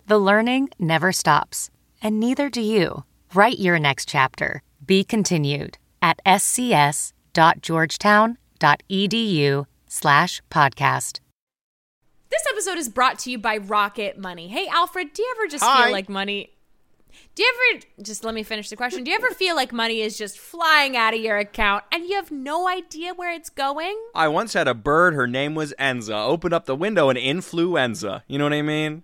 S12: the learning never stops, and neither do you. Write your next chapter. Be continued at scs.georgetown.edu slash podcast.
S5: This episode is brought to you by Rocket Money. Hey, Alfred, do you ever just
S11: Hi.
S5: feel like money? Do you ever just let me finish the question? Do you ever feel like money is just flying out of your account and you have no idea where it's going?
S11: I once had a bird, her name was Enza. Opened up the window and influenza. You know what I mean?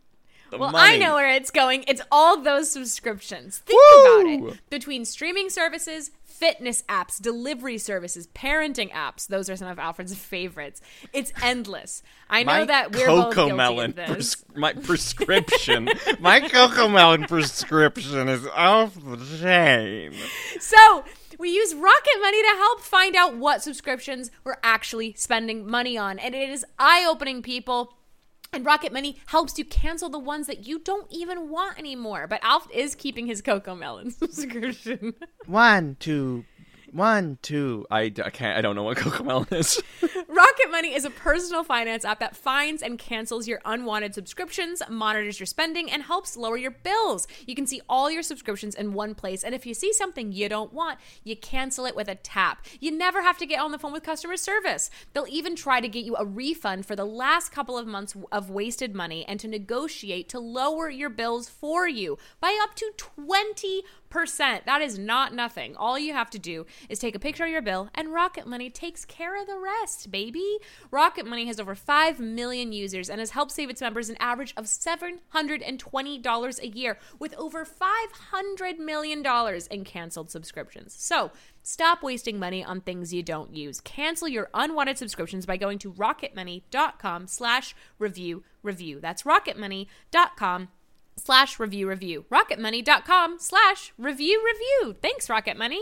S11: The
S9: well, I
S11: money.
S9: know where it's going. It's all those subscriptions. Think
S11: Woo!
S9: about it. Between streaming services, fitness apps, delivery services, parenting apps, those are some of Alfred's favorites. It's endless. I know
S11: my
S9: that we're both
S11: cocoa
S9: guilty
S11: melon
S9: of this.
S11: pres- my prescription. my cocoa melon prescription is off the chain.
S9: So we use Rocket Money to help find out what subscriptions we're actually spending money on. And it is eye opening, people. And Rocket Money helps you cancel the ones that you don't even want anymore. But Alf is keeping his Cocoa Melon subscription.
S11: One, two, one, two. I, d- I can't. I don't know what cocoa melon is.
S9: Rocket Money is a personal finance app that finds and cancels your unwanted subscriptions, monitors your spending, and helps lower your bills. You can see all your subscriptions in one place, and if you see something you don't want, you cancel it with a tap. You never have to get on the phone with customer service. They'll even try to get you a refund for the last couple of months of wasted money and to negotiate to lower your bills for you by up to 20%. That is not nothing. All you have to do is take a picture of your bill, and Rocket Money takes care of the rest, baby. Rocket Money has over 5 million users and has helped save its members an average of $720 a year with over $500 million in canceled subscriptions. So, Stop wasting money on things you don't use. Cancel your unwanted subscriptions by going to rocketmoney.com slash review review. That's rocketmoney.com slash review review. Rocketmoney.com slash review review. Thanks, Rocket Money.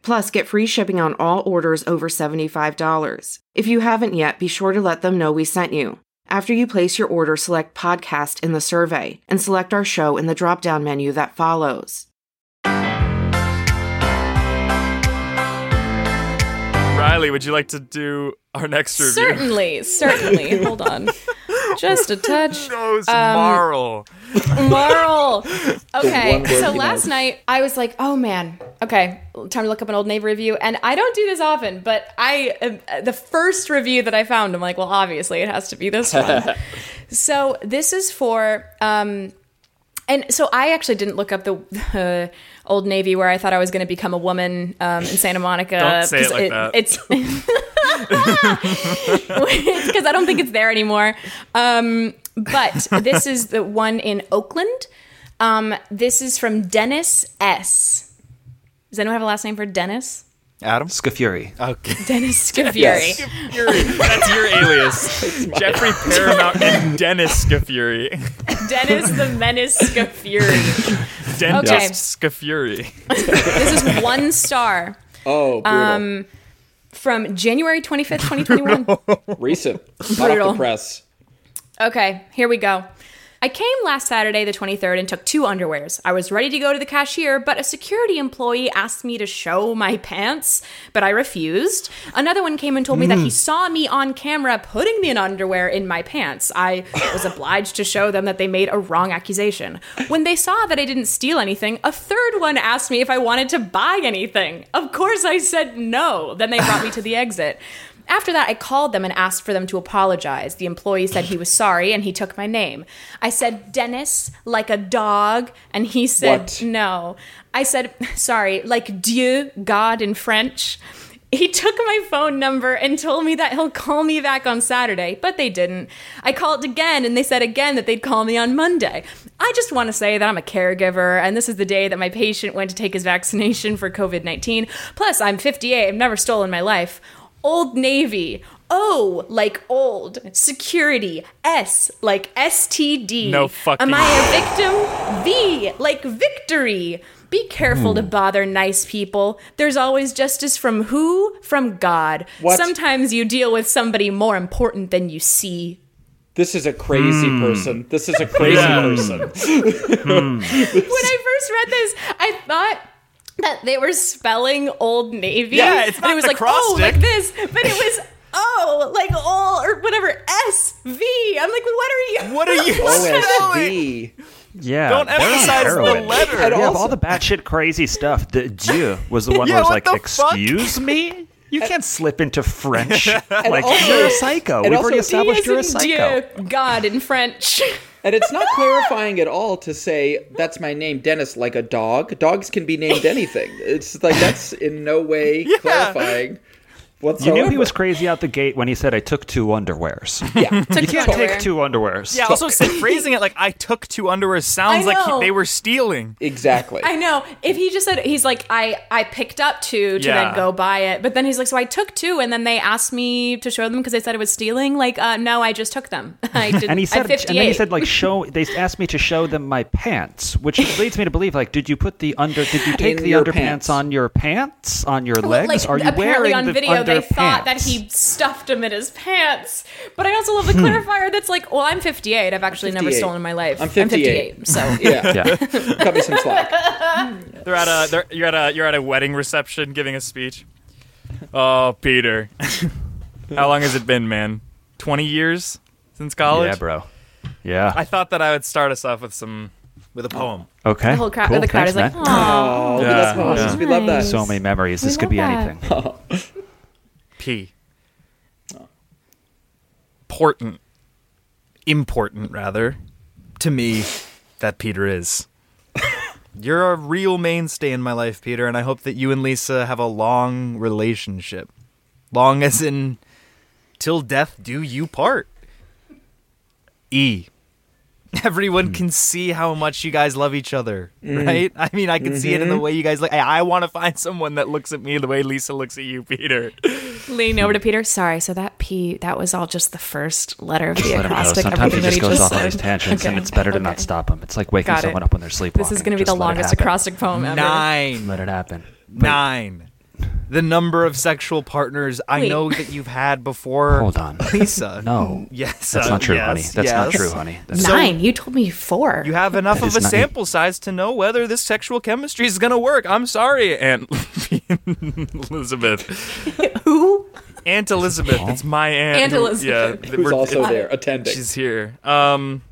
S13: Plus, get free shipping on all orders over $75. If you haven't yet, be sure to let them know we sent you. After you place your order, select podcast in the survey and select our show in the drop down menu that follows.
S6: Riley, would you like to do our next review?
S5: Certainly, certainly. Hold on. Just a touch.
S6: Nose
S5: Um,
S6: Marl.
S5: Moral.
S6: one
S5: Okay,
S6: word
S5: so
S6: he
S5: last
S6: knows.
S5: night I was like, oh man, okay, time to look up an old Navy review. And I don't do this often, but I um, uh, the first review that I found, I'm like, well, obviously it has to be this one. so this is for, um, and so I actually didn't look up the uh, old Navy where I thought I was going to become a woman um, in Santa Monica.
S6: Don't say it
S5: 'cause
S6: like that.
S5: It's because I don't think it's there anymore. Um, but this is the one in Oakland. Um, this is from Dennis S. Does anyone have a last name for Dennis?
S7: Adam Scafuri. Okay.
S5: Dennis Scafuri.
S7: Yes.
S6: That's your alias. Jeffrey Paramount and Dennis Scafuri.
S5: Dennis the Menace Scafuri.
S6: Dennis
S5: Okay.
S6: Scafuri.
S5: this is one star.
S8: Oh,
S5: Um, from January 25th, 2021.
S8: Recent. Hot off
S5: Brutal.
S8: the press.
S5: Okay, here we go. I came last Saturday, the 23rd, and took two underwears. I was ready to go to the cashier, but a security employee asked me to show my pants, but I refused. Another one came and told me that he
S9: Mm.
S5: saw me on camera putting the underwear in my pants. I was obliged to show them that they made a wrong accusation. When they saw that I didn't steal anything, a third one asked me if I wanted to buy anything. Of course, I said no. Then they brought me to the exit. After that, I called them and asked for them to apologize. The employee said he was sorry and he took my name. I said, Dennis, like a dog. And he said,
S9: What?
S5: no. I said, sorry, like Dieu, God in French. He took my phone number and told me that he'll call me back on Saturday, but they didn't. I called again and they said again that they'd call me on Monday. I just want to say that I'm a caregiver and this is the day that my patient went to take his vaccination for COVID 19. Plus, I'm 58, I've never stolen my life. Old Navy. O like old. Security. S like STD.
S6: No fucking
S5: Am I a victim? V like victory. Be careful to bother nice people. There's always justice from who? From God.
S8: What?
S5: Sometimes you deal with somebody more important than you see.
S8: This is a crazy person. This is a crazy
S7: Um,
S4: Yeah.
S8: person.
S5: when I first read this, I thought that they were spelling Old Navy.
S4: Yeah, it's
S5: and it
S4: not
S5: was
S4: an
S5: like oh,
S4: acrostic.
S5: like this, but it was oh, like all or whatever S V. I'm like, what are you?
S6: What are you
S8: OSD.
S7: Yeah.
S6: Don't
S7: they're
S6: emphasize the
S7: heroin.
S6: letter.
S7: Yeah,
S6: And
S7: of
S6: also-
S7: all the batshit crazy stuff, the Dieu was the one
S6: Yeah,
S7: where I was
S6: what
S7: like,
S6: the fuck?
S7: excuse me? You can't slip into French.
S8: And
S7: like,
S8: also-
S7: you're a psycho.
S8: and
S7: We've
S8: also-
S7: already established you're a
S8: Dieu's in
S7: psycho.
S5: God in French.
S8: And it's not clarifying at all to say that's my name, Dennis, like a dog. Dogs can be named anything. It's like that's in no way clarifying.
S7: You
S8: Whatsoever.
S7: knew he was crazy out the gate when he said, I took two underwears.
S8: Yeah.
S7: you can't
S6: underwear.
S7: take two underwears.
S6: Yeah, also said phrasing it like I took two underwear sounds
S5: I
S6: like
S5: know.
S6: he, they were stealing.
S8: Exactly.
S5: I know. If he just said he's like I I picked up two to
S6: Yeah.
S5: then go buy it, but then he's like so I took two and then they asked me to show them because they said it was stealing. Like uh, no, I just took them. I did.
S7: and he said,
S5: I'm
S7: and
S5: 58.
S7: then he said, like, show. They asked me to show them my pants, which leads me to believe, like, did you put the under? Did you take
S8: In
S7: the
S8: your
S7: underpants
S8: pants.
S7: on your pants on your
S5: Well,
S7: legs? Are you
S5: apparently
S7: wearing
S5: on
S7: the
S5: video they
S7: underpants?
S5: thought that he stuffed him in his pants but i also love the
S7: Hmm.
S5: clarifier that's like well i'm 58 i've actually never
S8: 58.
S5: stolen in my life
S8: I'm 58.
S5: so
S8: yeah. Cut me some slack.
S6: They're at a they're, you're at a you're at a wedding reception giving a speech. Oh, Peter. How long has it been, man? 20 years since college?
S7: Yeah, bro. Yeah.
S6: I thought that I would start us off with some with a poem.
S7: Okay.
S6: The whole crowd-
S7: Cool.
S6: the
S7: Thanks,
S6: crowd is like,
S7: man.
S6: "Aw." Aw, we love poems. We love
S8: "Oh,
S6: that.
S7: So many memories.
S6: We
S7: this could be
S6: love that.
S7: anything.
S6: P. Important. Important, rather, to me, that Peter is. You're a real mainstay in my life, Peter, and I hope that you and Lisa have a long relationship. Long as in, till death do you part. E. Everyone can see how much you guys love each other,
S4: Mm.
S6: right? I mean, I can see it in the
S4: Mhm.
S6: way you guys look. I, I want to find someone that looks at me the way Lisa looks at you, Peter.
S5: leaning over to peter sorry so that p that was all just the first letter of
S7: Just
S5: the
S7: let him go.
S5: acrostic
S7: Sometimes he
S5: everything that
S7: just goes off on
S5: said.
S7: his tangents, and
S5: Okay.
S7: it's better to not stop him. It's like waking
S5: Got it.
S7: someone up when they're sleepwalking.
S5: this is going to be the
S7: Just let it
S5: longest
S7: happen.
S5: acrostic poem ever
S6: Nine.
S7: Let it happen.
S6: Nine. The number of sexual partners I
S5: Wait.
S6: know that you've had before. Hold
S7: on.
S6: Lisa.
S7: No.
S6: Yes.
S7: That's
S6: uh,
S7: not true,
S6: yes,
S7: honey. That's not
S6: yes.
S7: true, honey. That's-
S5: nine you told me four
S6: You have enough
S7: That is
S6: of a
S7: not-
S6: sample size to know whether this sexual chemistry is going to work. I'm sorry, Aunt Elizabeth.
S5: Who?
S6: Aunt Elizabeth. It's my aunt.
S5: Aunt
S6: who-
S5: Elizabeth.
S6: Yeah,
S5: Who's
S6: we're-
S5: also
S6: it-
S5: there,
S8: attending.
S6: She's here. Um,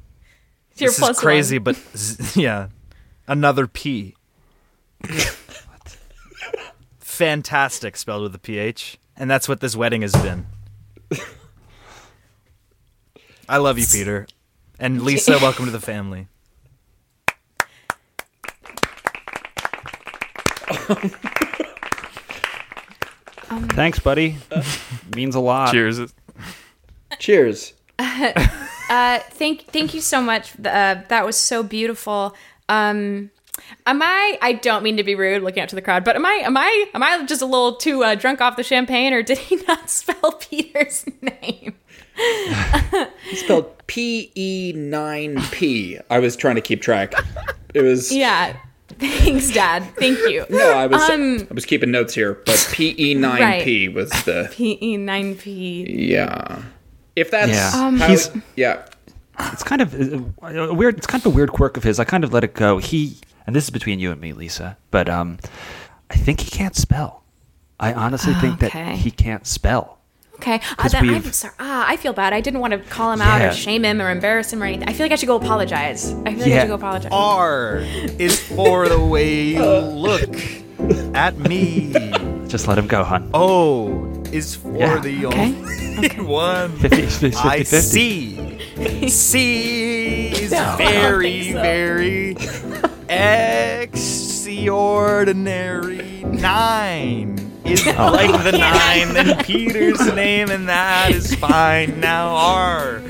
S5: You're
S6: this
S5: plus
S6: is crazy,
S5: one.
S6: but z- yeah, another P. Fantastic, spelled with a PH, and that's what this wedding has been. I love you, Peter, and Lisa. welcome to the family.
S7: Thanks, buddy. Means a lot.
S6: Cheers.
S8: Cheers.
S5: uh, thank thank you so much. Uh, that was so beautiful. Um, am I? I don't mean to be rude, looking out to the crowd, but am I? Am I? Am I just a little too uh, drunk off the champagne, or did he not spell Peter's name?
S8: He spelled P E nine P. I was trying to keep track. It was
S5: Yeah. Thanks, Dad. Thank you.
S8: no, I was
S5: Um,
S8: I was keeping notes here, but P E nine P was the
S5: PE E nine P.
S8: yeah. If that's
S7: Yeah. Um,
S8: how
S7: He's-
S8: it- yeah.
S7: It's kind of uh, a weird. It's kind of a weird quirk of his. I kind of let it go. He and this is between you and me, Lisa. But um, I think he can't spell. I honestly think
S5: Okay.
S7: that he can't spell.
S5: Okay. Uh,
S7: 'Cause
S5: that, I'm
S7: we've-
S5: sorry. Ah, I feel bad. I didn't want to call him out
S7: Yeah.
S5: or shame him or embarrass him or anything. I feel like I should go apologize. I feel like I
S6: Yeah.
S5: should go apologize.
S6: R is for the way you look at me.
S7: Just let him go, hon.
S6: Oh, O is for
S7: Yeah.
S6: the
S7: Okay.
S6: only one.
S7: 50, 50,
S6: I
S7: 50.
S6: see. C is
S4: No, I don't
S6: very,
S4: think so.
S6: very extraordinary. Nine is
S4: Oh,
S6: like the
S4: come
S6: nine, and Peter's name, and that is fine. Now R.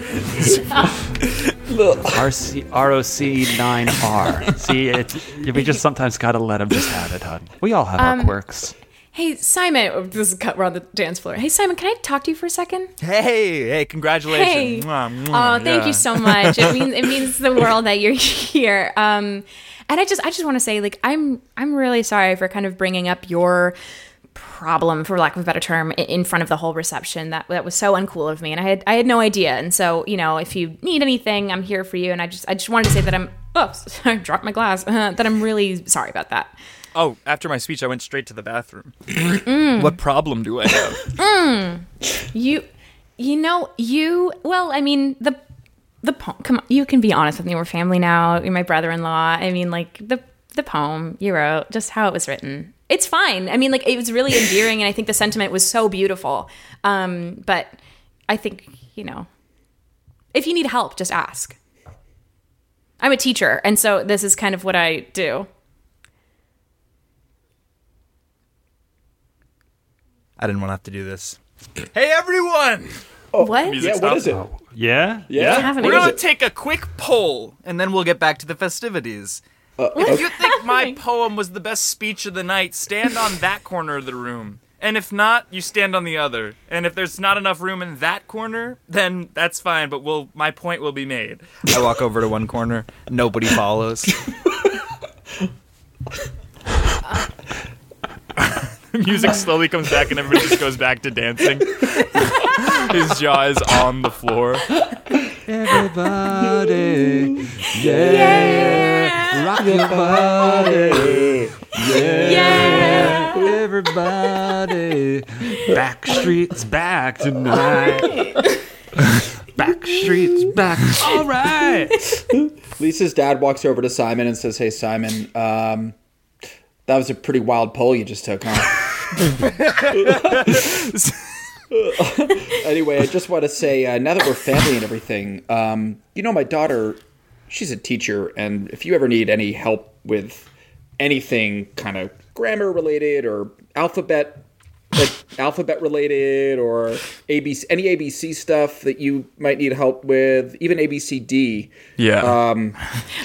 S7: RC, ROC9R. See, it's, we just sometimes got to let them just have it, hon. We all have
S5: Um,
S7: our quirks.
S5: Hey, Simon. oh, This is cut. We're on the dance floor. Hey, Simon, can I talk to you for a second?
S6: Hey, hey, congratulations.
S5: Hey.
S6: Mwah, mwah,
S5: Oh, thank
S6: yeah.
S5: you so much. It means it means the world that you're here. Um, and I just I just want to say like I'm I'm really sorry for kind of bringing up your problem for lack of a better term i- in front of the whole reception that that was so uncool of me and I had I had no idea and so you know if you need anything I'm here for you and I just I just wanted to say that I'm oh I dropped my glass uh, that I'm really sorry about that
S6: Oh, after my speech, I went straight to the bathroom.
S5: Mm.
S6: What problem do I have?
S5: Mm. You, you know, you. Well, I mean, the the poem. Come on, you can be honest with me. We're family now. You're my brother-in-law. I mean, like the the poem you wrote, just how it was written. It's fine. I mean, like it was really endearing, and I think the sentiment was so beautiful. Um, but I think you know, if you need help, just ask. I'm a teacher, and so this is kind of what I do.
S6: I didn't want to have to do this. Hey, everyone!
S5: what?
S6: Oh, Music
S8: Yeah, what is
S6: stops.
S7: Yeah?
S6: Yeah.
S5: happening?
S6: We're
S5: What is
S6: going to
S5: it?
S6: take a quick poll and then we'll get back to the festivities.
S5: Uh,
S6: if you think my poem was the best speech of the night, stand on that corner of the room. And if not, you stand on the other. And if there's not enough room in that corner, then that's fine, but we'll, my point will be made. I walk over to one corner. Nobody follows. The music slowly comes back and everybody just goes back to dancing. His jaw is on the floor.
S7: Everybody, yeah, rock your body, yeah,
S6: Oh,
S7: everybody, back streets back tonight, back streets back. All right.
S8: Lisa's dad walks over to Simon and says, "Hey, Simon, um, that was a pretty wild poll you just took, huh?" anyway, I just want to say, uh, now that we're family and everything, um, you know, my daughter, she's a teacher, and if you ever need any help with anything kind of grammar related or alphabet like alphabet related or ABC, any ABC stuff that you might need help with, even ABCD.
S6: Yeah.
S5: Uh,
S8: Um,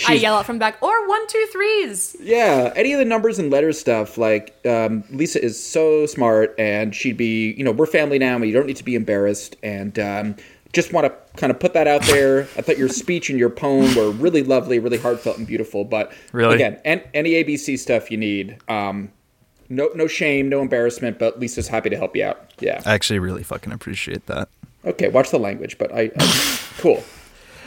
S5: I yell out from back or one two threes.
S8: yeah, any of the numbers and letters stuff. Like um, Lisa is so smart, and she'd be, you know, we're family now, and you don't need to be embarrassed. And um, just want to kind of put that out there. I thought your speech and your poem were really lovely, really heartfelt, and beautiful. But
S6: Really?
S8: again, an- any ABC stuff you need. Um, no, no shame, no embarrassment. But Lisa's happy to help you out. Yeah.
S6: I actually really fucking appreciate that.
S8: Okay, watch the language, but I, I cool.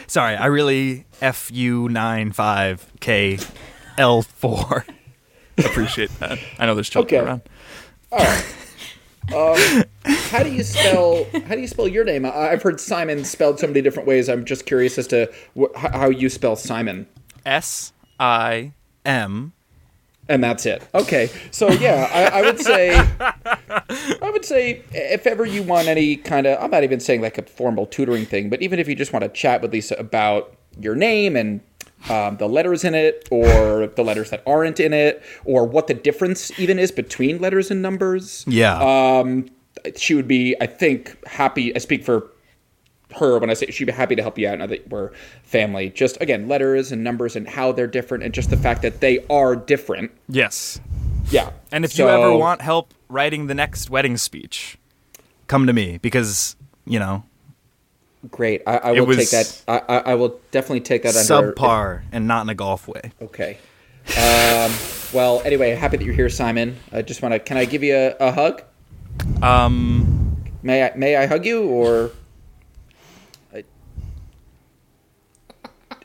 S6: Sorry, I really FU95K L4 appreciate that. I know there's children
S8: Okay.
S6: around.
S8: Um, how do you spell how do you spell your name? I, I've heard Simon spelled so many different ways. I'm just curious as to wh- how how you spell Simon.
S6: S I M.
S8: And that's it. Okay, so yeah, I, I would say I would say if ever you want any kind of I'm not even saying like a formal tutoring thing, but even if you just want to chat with Lisa about your name and um, the letters in it, or the letters that aren't in it, or what the difference even is between letters and numbers.
S4: Yeah.
S8: Um, she would be, I think, happy. I speak for her when I say she'd be happy to help you out now that we're family. Just again, letters and numbers and how they're different, and just the fact that they are different.
S6: Yes.
S8: Yeah.
S6: And if
S8: So-
S6: you ever want help writing the next wedding speech, come to me because, you know,
S8: great. I, I
S6: It
S8: will
S6: was
S8: take that. I, I, I will definitely take that under
S6: subpar and not in a golf way.
S8: Okay. Um, well, anyway, happy that you're here, Simon. I just want to. Can I give you a, a hug?
S6: Um,
S8: may I may I hug you or? I,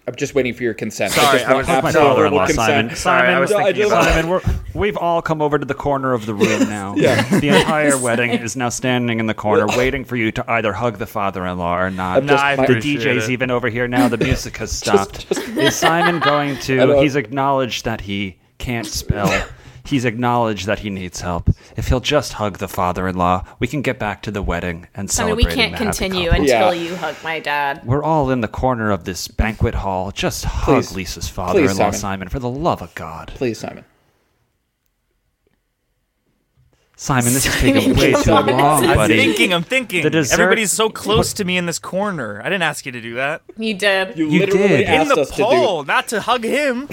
S8: I'm just waiting for your consent.
S7: Sorry,
S8: just
S7: I was
S8: want
S7: my
S8: absolute verbal
S7: father-in-law, Simon.
S8: consent.
S7: Simon,
S8: No, I just-
S7: Simon, we're, we've all come over to the corner of the room now.
S8: Yeah.
S7: The entire wedding is now standing in the corner, waiting for you to either hug the father-in-law or not.
S8: I'm just- Nah, I
S7: the
S8: appreciate
S7: DJ's
S8: it.
S7: even over here now. The music has stopped. is Simon going
S8: I
S7: to?
S8: don't-
S7: He's acknowledged that he can't spell. He's acknowledged that he needs help. If he'll just hug the father-in-law, we can get back to the wedding
S5: I
S7: and
S5: mean,
S7: celebrate.
S5: we can't continue until you hug my dad.
S7: We're all in the corner of this banquet hall. Just hug
S8: Please.
S7: Lisa's
S8: Please,
S7: father-in-law, Simon.
S8: Simon.
S7: for the love of God.
S8: Please, Simon.
S7: Simon, this is
S6: Simon,
S7: taking way
S6: come
S7: too
S6: on.
S7: long,
S6: I'm
S7: buddy.
S6: thinking, I'm thinking.
S7: The dessert-
S6: Everybody's so close to me in this corner. I didn't ask you to do that.
S5: You did.
S7: You literally did.
S6: In
S7: asked
S6: the
S7: us to do-
S6: poll, not to hug him.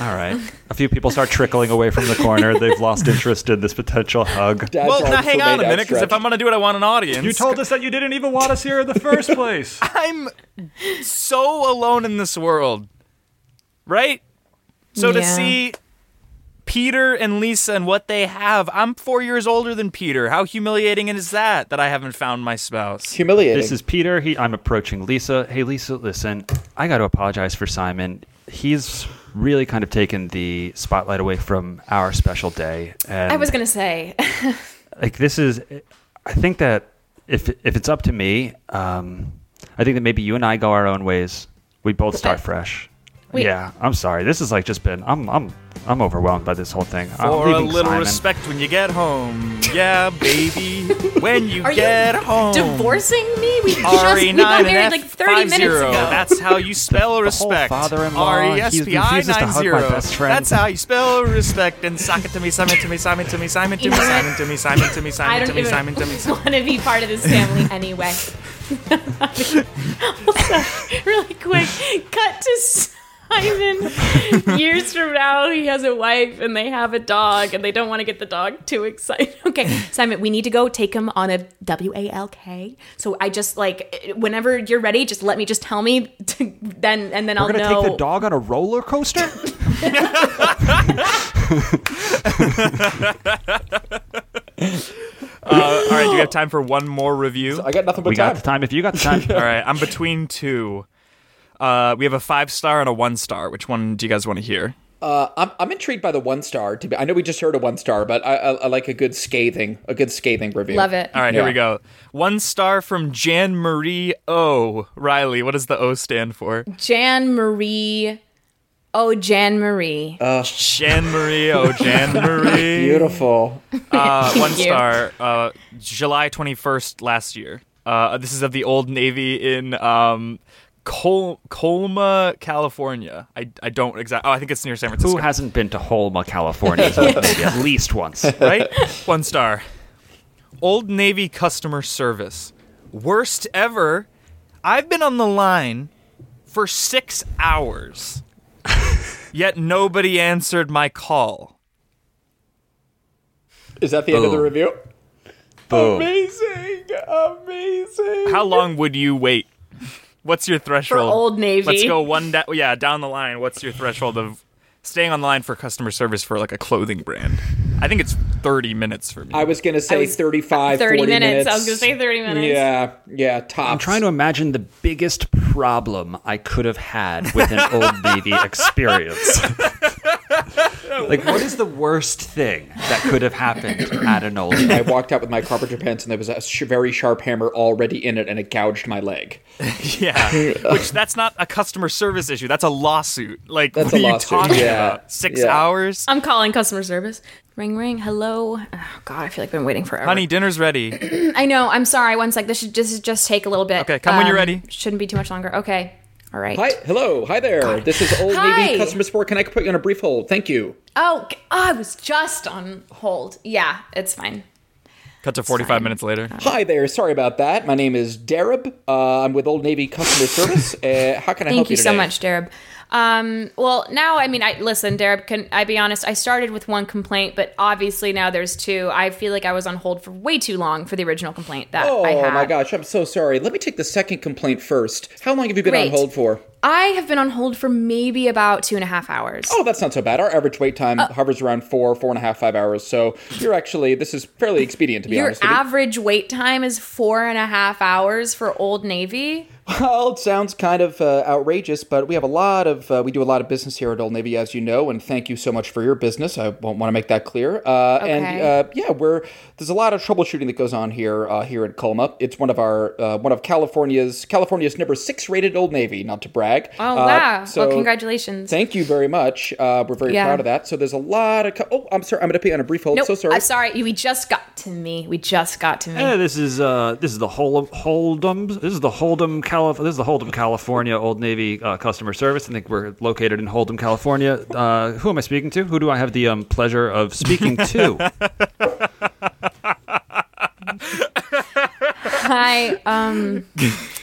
S7: All right. A few people start trickling away from the corner. They've lost interest in this potential hug.
S6: well, now hang on a minute, because if I'm going to do it, I want an audience.
S7: You told us that you didn't even want us here in the first place.
S6: I'm so alone in this world, right? So to
S14: Yeah.
S6: see Peter and Lisa and what they have, I'm four years older than Peter. How humiliating is that that I haven't found my spouse?
S8: Humiliating.
S7: This is Peter. He, I'm approaching Lisa. Hey, Lisa, listen, I got to apologize for Simon. He's really kind of taken the spotlight away from our special day. And
S5: I was gonna say.
S7: like this is i think that if if it's up to me um i think that maybe you and i go our own ways we both start fresh
S5: Wait.
S7: yeah i'm sorry this has like just been i'm i'm i'm overwhelmed by this whole thing I'm
S6: For a
S7: leaving
S6: little
S7: Simon.
S6: respect when you get home. Yeah, baby. when you
S5: Are you
S6: get home.
S5: divorcing me? We just we
S6: RE9
S5: got
S6: Oh. E and
S5: married like 30 minutes ago.
S6: That's how you spell respect. E
S7: father-in-law, he
S6: R-E-S-P-I
S7: refuses to hug my
S6: 90.
S7: best friend.
S6: That's how you spell respect. And sock it to me, Simon to me, Simon to me, Simon to
S5: You
S6: me,
S5: know what?
S6: Simon to me, Simon to me,
S5: I
S6: Simon
S5: don't
S6: to me,
S5: even
S6: Simon to me.
S5: want to be part of this family anyway. also, really quick, cut to Simon. Years from now, he has a wife and they have a dog, and they don't want to get the dog too excited. Okay, Simon, we need to go take him on a W A L K. So I just like whenever you're ready, just let me just tell me. To, then and then
S7: we're
S5: I'll
S7: gonna
S5: know.
S7: take the dog on a roller coaster
S6: Uh, all right, do you have time for one more review? I
S8: got nothing
S7: but We got time. the time. If you got the time,
S6: all right. I'm between two. Uh, we have a five star and a one star. Which one do you guys want to hear?
S8: Uh, I'm, I'm intrigued by the one star. To be, I know we just heard a one star, but I, I, I like a good scathing, a good scathing review.
S6: All right, here
S8: Yeah.
S6: we go. One star from Jan Marie O. Riley, what does the O stand for?
S5: Jan Marie. Oh, Jan Marie.
S8: Uh,
S6: Jan Marie O. Jan Marie.
S8: Beautiful.
S6: Uh,
S5: Thank
S6: one
S5: you.
S6: star. Uh, July 21st last year. Uh, this is of the Old Navy in um, Col- Colma, California. I, I don't exactly. Oh, I think it's near San Francisco.
S7: who hasn't been to holma california maybe at least once
S6: right? One star. Old Navy customer service. Worst ever. I've been on the line for six hours, yet nobody answered my call.
S8: Is that the end of the
S7: Oh.
S6: Boom.
S8: review?
S6: Boom.
S8: Amazing, amazing.
S6: How long would you wait? What's your threshold?
S5: Old Navy.
S6: Let's go one da- yeah, down the line. What's your threshold of staying on the line for customer service for like a clothing brand? I think it's 30 minutes for me.
S8: I was gonna say 35,
S5: 30
S8: 40
S5: minutes. I was going to say 30 minutes.
S8: Yeah, yeah,
S7: I'm
S8: tops.
S7: trying to imagine the biggest problem I could have had with an Old Navy experience. like, what is the worst thing that could have happened at an Old
S8: I
S7: Navy?
S8: walked out with my carpenter pants, and there was a sh- very sharp hammer already in it, and it gouged my leg.
S6: Yeah, which that's not a customer service issue. That's a lawsuit. Like
S8: That's
S6: what
S8: a
S6: are
S8: lawsuit,
S6: you talking
S8: yeah,
S6: about? Six
S8: yeah.
S6: hours,
S5: I'm calling customer service. Ring, ring. Hello. Oh, God, I feel like I've been waiting forever.
S6: honey. Dinner's ready.
S5: I know. I'm sorry. One sec. This should just just take a little bit. Um,
S6: Okay, come when you're ready.
S5: Shouldn't be too much longer. Okay. All right.
S8: Hi, hello, hi there. This is Old
S5: Hi.
S8: Navy customer support. Can I put you on a brief hold? Thank you.
S5: Oh, g- I was just on hold. Yeah, it's fine.
S6: Cut to 45 minutes later.
S8: Hi there. Sorry about that. My name is Darib. Uh, I'm with Old Navy customer service. Uh, how can I help
S5: Thank
S8: you
S5: you so
S8: today?
S5: much, Darib. Um, well, now I mean, I listen, Darib. Can I be honest? I started with one complaint, but obviously now there's two. I feel like I was on hold for way too long for the original complaint that
S8: Oh
S5: I had.
S8: my gosh, I'm so sorry. Let me take the second complaint first. How long have you been on
S5: Great.
S8: hold for?
S5: I have been on hold for maybe about two and a half hours.
S8: Oh, that's not so bad. Our average wait time
S5: Uh,
S8: hovers around four, four and a half, five hours. So you're actually this is fairly expedient to be
S5: Your
S8: honest. with you.
S5: average wait time is four and a half hours for Old Navy.
S8: Well, it sounds kind of uh, outrageous, but we have a lot of uh, we do a lot of business here at Old Navy, as you know, and thank you so much for your business. I won't want to make that clear. Uh, And
S15: Okay.
S8: uh, yeah, we're there's a lot of troubleshooting that goes on here uh, here at Colma. It's one of our uh, one of California's California's number six rated Old Navy. Not to brag.
S5: Oh
S8: Uh,
S5: wow!
S8: so-
S5: well, congratulations.
S8: Thank you very much. Uh, we're very
S5: Yeah.
S8: proud of that. So there's a lot of. Co- oh, I'm sorry. I'm going to put you on a brief hold.
S5: Nope,
S8: so sorry.
S5: I'm sorry. We just got to me. We just got to me.
S7: Hey, this is uh, this is the Hol- Hold'em. This is the Hold'em Calif- This is the Hold'em California Old Navy uh, customer service. I think we're located in Hold'em, California. Uh, who am I speaking to? Who do I have the um, pleasure of speaking to?
S5: Hi. Um,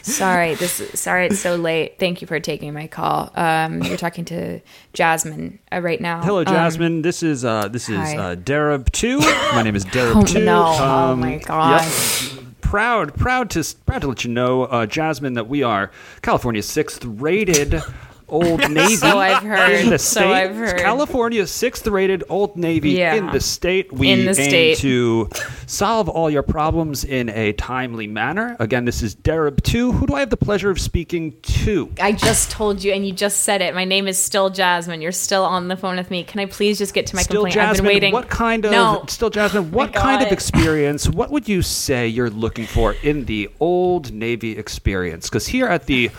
S5: sorry. This. Sorry, it's so late. Thank you for taking my call. Um, you're talking to Jasmine uh, right now.
S7: Hello,
S5: Um,
S7: Jasmine. this is uh, this is
S5: hi.
S7: uh, Darab Two. My name is Darab
S5: Oh,
S7: Two.
S5: no. Oh,
S8: um,
S5: my God.
S7: yep. Proud, proud to proud to let you know, uh, Jasmine, that we are California's sixth rated Old Navy.
S5: So I've heard.
S7: In the
S5: So
S7: state.
S5: I've heard.
S7: California's sixth rated Old Navy
S5: Yeah.
S7: in the state. We
S5: In the
S7: aim
S5: state.
S7: to solve all your problems in a timely manner. Again, this is Darab Two. Who do I have the pleasure of speaking to?
S5: I just told you, and you just said it. My name is still Jasmine. You're still on the phone with me. Can I please just get to my
S7: Still
S5: complaint?
S7: Jasmine,
S5: I've been waiting.
S7: what kind of
S5: No. Oh
S7: still Jasmine, what kind of experience, what would you say you're looking for in the old Navy experience? Because here at the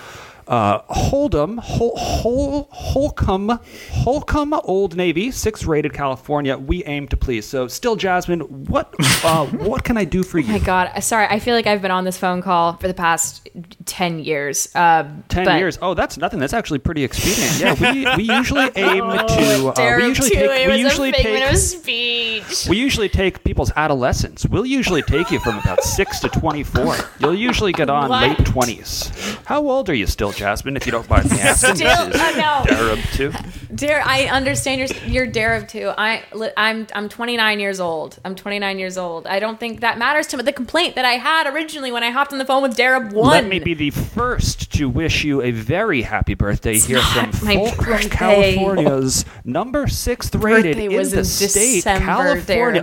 S7: uh, Hold'em, Hol, Hol, Holcomb, Holcomb Old Navy, sixth rated California, we aim to please. So, still Jasmine, what uh, what can I do for
S5: Oh my
S7: you?
S5: God. Sorry. I feel like I've been on this phone call for the past 10 years. Uh,
S7: Ten
S5: but-
S7: years. Oh, that's nothing. That's actually pretty expedient. Yeah, we, we usually aim to. Uh,
S5: Darab
S7: we
S5: Oh,
S7: usually
S5: too,
S7: take.
S5: it
S7: We
S5: was a
S7: usually
S5: figment
S7: take.
S5: of speech.
S7: We usually take people's adolescence. We'll usually take you from about 6 to 24. You'll usually get on
S5: What?
S7: late 20s. How old are you still, Jasmine, if you don't mind me asking?
S5: Still- oh, no.
S7: Darab too.
S5: Dare I understand your your Darab too. I li- I'm I'm 29 years old. I'm 29 years old. I don't think that matters to me. The complaint that I had originally when I hopped on the phone with Darab
S7: Let
S5: one.
S7: me be the first to wish you a very happy birthday here from
S5: my
S7: Fulcrum,
S5: birthday.
S7: California's number sixth rated
S5: Birthday
S7: in
S5: was
S7: the
S5: in
S7: state,
S5: December,
S7: California.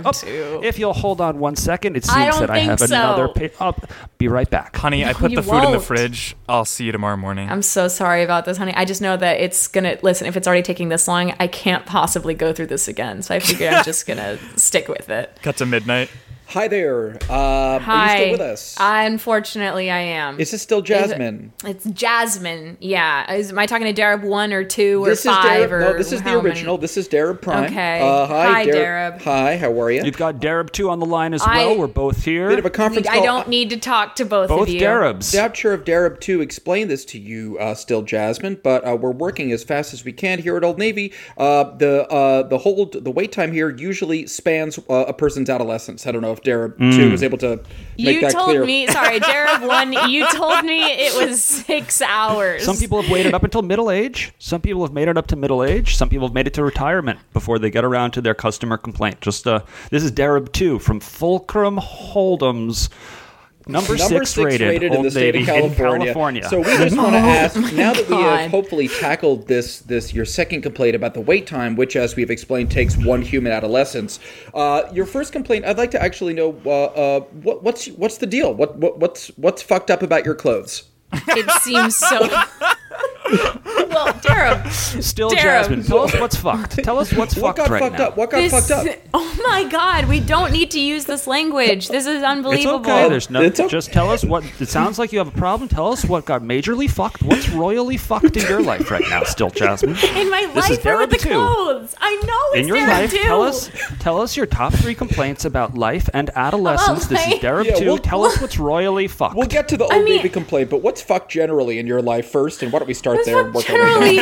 S5: Darab,
S7: Oh, if you'll hold on one second, it seems
S5: I don't
S7: that I
S5: think
S7: have
S5: so.
S7: another. Pa- up. Be right back,
S4: honey. I
S5: No,
S4: put
S5: you
S4: the food in the
S5: won't.
S4: fridge. I'll see you tomorrow morning.
S5: I'm so sorry about this, honey. I just know that it's gonna listen. If it's already taking this long, I can't possibly go through this again. So I figured I'm just gonna stick with it.
S4: Cut to midnight.
S8: Hi there. Uh,
S5: Hi.
S8: Are you still with us?
S5: Unfortunately, I am.
S8: Is this still
S5: it-
S8: Jasmine?
S5: It's Jasmine. Yeah. Is, am I talking to Darab one or two or
S8: this is
S5: five
S8: Darab.
S5: or
S8: No, this is
S5: how
S8: the
S5: many?
S8: original. This is Darab Prime.
S5: Okay.
S8: Uh, hi,
S5: Hi, Darab.
S8: Hi, how are you? You've
S7: got Darab too on the line
S5: as well. I- We're
S7: both here.
S8: Bit of a conference
S5: I
S8: call.
S5: don't need to talk to both, of you.
S8: The Rapture of Darab 2 explained this to you, uh, still Jasmine, but uh, we're working as fast as we can here at Old Navy. Uh, the uh, the hold the wait time here usually spans uh, a person's adolescence. I don't know if Darab
S7: Mm.
S8: 2 was able to make
S5: You
S8: that
S5: told
S8: clear.
S5: me, sorry, Darab one. You told me it was six hours.
S7: Some people have waited up until middle age. Some people have made it up to middle age. Some people have made it to retirement before they get around to their customer complaint. Just uh, this is Darab two from Fulcrum Hold'em's number, six, rated, Old
S8: in the state
S7: Navy
S8: of California.
S7: in California.
S8: So we just want to
S7: Oh,
S8: ask
S7: my
S8: now that we have
S7: God.
S8: hopefully tackled this this your second complaint about the wait time, which as we've explained takes one human adolescence. Uh, your first complaint, I'd like to actually know uh, uh, what, what's what's the deal? What, what what's what's fucked up about your clothes?
S5: It seems so. well, Darab.
S7: Still,
S5: Darab.
S7: Jasmine, tell us what's fucked. Tell us what's
S8: What
S7: fucked
S8: got
S7: right
S8: fucked
S7: now.
S8: up? What got
S5: This-
S8: fucked up?
S5: Oh my God! We don't need to use this language. This is
S7: It's
S5: unbelievable.
S7: okay. There's no. Just tell us what. It sounds like you have a problem. Tell us what got majorly fucked. What's royally fucked in your life right now? Still, Jasmine.
S5: In my
S7: This is
S5: life, or with
S7: Darab
S5: the
S7: too.
S5: clothes. I know it's
S7: in your
S5: Darab
S7: life,
S5: too.
S7: tell us tell us your top three complaints about life and adolescence. this is
S5: life.
S7: Darab
S8: Yeah,
S7: too.
S8: we'll-
S7: tell us what's royally fucked.
S8: We'll get to the old Navy complaint, but what's fucked generally in your life first, and why don't we start there and work our way down?
S5: Generally,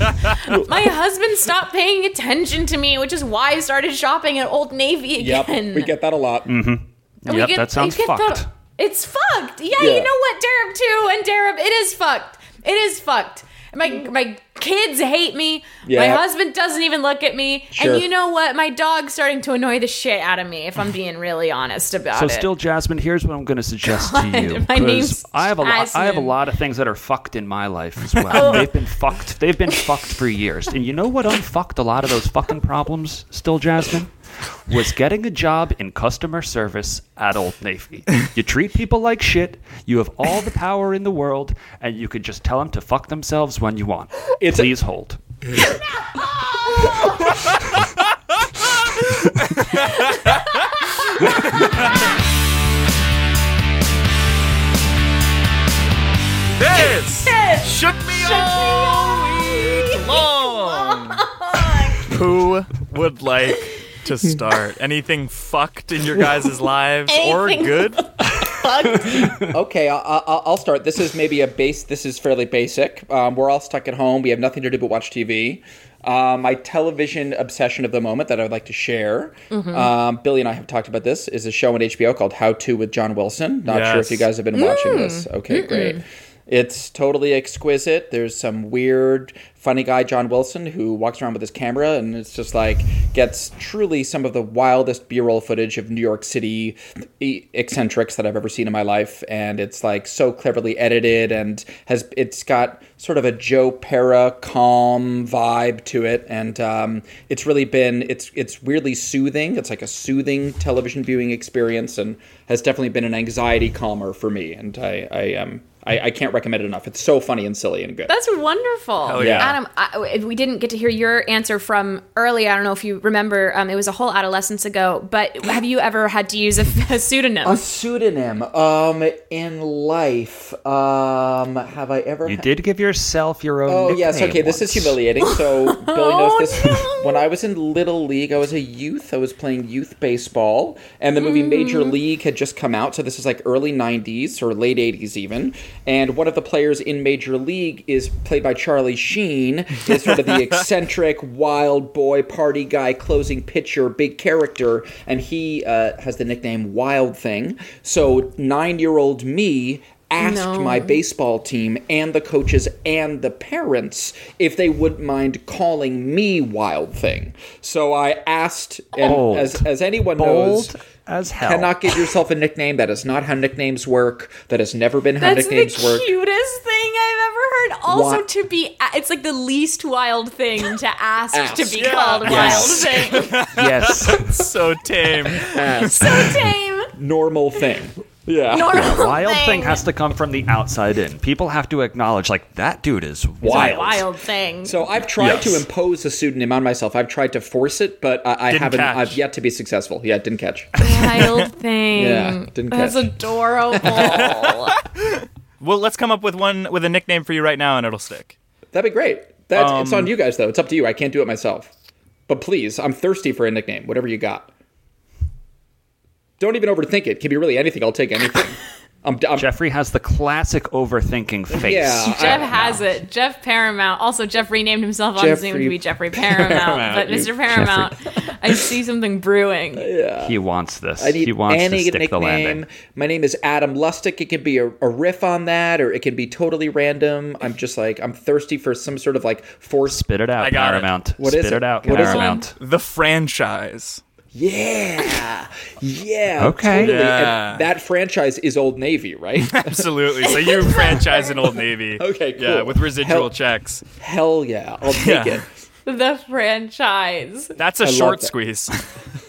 S5: I'm- my husband stopped paying attention to me, which is why I started shopping at Old Navy
S8: Yep,
S5: again.
S8: we get that a lot.
S5: And
S8: Mm-hmm.
S5: we get- we get the- it's fucked. Yeah,
S8: Yeah.
S5: you know what, Darab too, and Darab, it is fucked. It is fucked. My my kids hate me. My
S16: Yeah.
S5: husband doesn't even look at me.
S7: Sure.
S5: And you know what? My dog's starting to annoy the shit out of me. If I'm being really honest about
S7: So,
S5: it.
S7: still, Jasmine, here's what I'm going to suggest to you.
S5: my
S7: 'cause
S5: name's
S7: I have a lot. I have a
S5: Jasmine.
S7: lot of things that are fucked in my life as well.
S5: Oh.
S7: They've been fucked. They've been fucked for years. And you know what unfucked a lot of those fucking problems? Still, Jasmine, was getting a job in customer service at Old Navy. You treat people like shit. You have all the power in the world, and you can just tell them to fuck themselves when you want. Please hold.
S4: This shook me all week long. Who would like to start? Anything fucked in your guys' lives or
S5: Anything
S4: good?
S8: okay, I- I- I'll start. This is maybe a base. This is fairly basic. Um, we're all stuck at home. We have nothing to do but watch TV. Um, my television obsession of the moment that I would like to share.
S4: Mhm.
S8: Um, Billy and I have talked about this. Is a show on HBO called How to with John Wilson. Not sure
S4: Yes.
S8: if you guys have been watching
S4: Mm.
S8: this. Okay,
S4: Mm-mm.
S8: great. It's totally exquisite. There's some weird, funny guy, John Wilson, who walks around with his camera and it's just like gets truly some of the wildest B roll footage of New York City e- eccentrics that I've ever seen in my life. And it's like so cleverly edited and has it's got sort of a Joe Para calm vibe to it. And um, it's really been, it's, it's weirdly soothing. It's like a soothing television viewing experience and has definitely been an anxiety calmer for me. And I, I, um, I, I can't recommend it enough. It's so funny and silly and good.
S14: That's wonderful.
S8: Hell yeah.
S14: Adam, I, we didn't get to hear your answer from early. I don't know if you remember. Um, it was a whole adolescence ago. But have you ever had to use a, a pseudonym?
S8: A pseudonym. Um, in life, um, have I ever?
S7: You did give yourself your own.
S8: Oh yes,
S7: nickname
S8: okay. This is
S7: once. Oh,
S8: humiliating. So Billy knows this. When I was in little league, I was a youth. I was playing youth baseball, and the movie Major
S7: Mm.
S8: League had just come out. So this is like early '90s or late '80s even. And one of the players in Major League is played by Charlie Sheen. Is sort of the eccentric, wild boy, party guy, closing pitcher, big character, and he uh, has the nickname Wild Thing. So nine-year-old me asked
S4: No.
S8: my baseball team and the coaches and the parents if they wouldn't mind calling me Wild Thing. So I asked, and
S7: Bold.
S8: as, as anyone knows,
S7: Bold as hell.
S8: cannot give yourself a nickname. That is not how nicknames work. That has never been how
S14: That's the
S8: nicknames work.
S14: cutest thing I've ever heard. Also,
S8: What?
S14: to be a- it's like the least wild thing to ask,
S8: Ask.
S14: to be
S8: Yeah.
S14: called
S8: Yes.
S14: wild thing.
S7: Yes.
S6: so tame.
S14: So tame.
S8: Normal thing. Yeah.
S14: Normal
S7: wild thing.
S14: thing.
S7: has to come from the outside in. People have to acknowledge, like, that dude is wild.
S14: wild thing.
S8: So I've tried to
S7: Yes.
S8: impose a pseudonym on myself. I've tried to force it, but I, I
S7: Didn't
S8: haven't.
S7: catch.
S8: I've yet to be successful. Yeah, it didn't catch.
S14: Wild thing.
S8: Yeah, didn't
S14: That's
S8: catch.
S14: adorable.
S6: Well, let's come up with one with a nickname for you right now, and it'll stick.
S8: That'd be great. That's it's
S6: Um,
S8: on you guys though. It's up to you. I can't do it myself. But please, I'm thirsty for a nickname. Whatever you got. Don't even overthink it. Can be really anything. I'll take anything. I'm, I'm,
S7: Jeffrey has the classic overthinking face.
S14: Jeff has it. Jeff Paramount. Also, Jeff renamed himself on
S7: Jeffrey
S14: Zoom to be Jeffrey Paramount.
S7: Paramount,
S14: but
S7: you-
S14: Mr. Paramount, I see something brewing.
S8: Yeah.
S7: He wants this.
S8: I need
S7: he wants
S8: any
S7: to stick
S8: nickname.
S7: the landing.
S8: My name is Adam Lustick. It can be a, a riff on that, or it can be totally random. I'm just like I'm thirsty for some sort of like force.
S7: Spit it out,
S6: I got it.
S7: Paramount. Spit it? out,
S8: What is it?
S7: Paramount.
S6: The franchise.
S8: Yeah, yeah.
S6: Okay.
S8: totally. And
S6: Yeah.
S8: that franchise is Old Navy, right?
S6: Absolutely. So you franchise an Old Navy.
S8: Okay, cool.
S6: Yeah, with residual
S8: Hell-
S6: checks.
S8: Hell yeah, I'll take
S6: Yeah.
S8: it.
S14: The franchise.
S6: That's a
S8: I love
S6: short
S8: that.
S6: squeeze.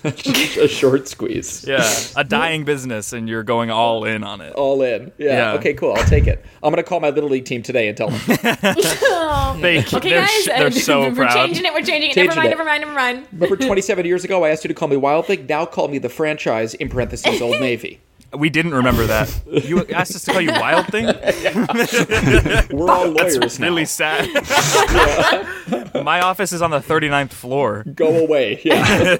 S8: a short squeeze.
S6: Yeah, a dying business, and you're going all in on it.
S8: All in. Yeah.
S6: Yeah.
S8: Okay, cool. I'll take it. I'm gonna call my little league team today and tell them.
S6: They,
S14: Oh. Okay,
S6: they're,
S14: guys,
S6: sh- they're so
S14: we're
S6: proud.
S14: changing it. We're changing it.
S8: Changing
S14: never mind.
S8: it.
S14: Never mind. Never mind.
S8: Remember, 27 years ago, I asked you to call me Wild Thing. Now call me the franchise in parentheses Old Navy.
S6: We didn't remember that. You asked us to call you Wild Thing?
S8: We're all
S6: That's
S8: lawyers now.
S6: really sad. My office is on the 39th floor.
S8: Go away. Yeah.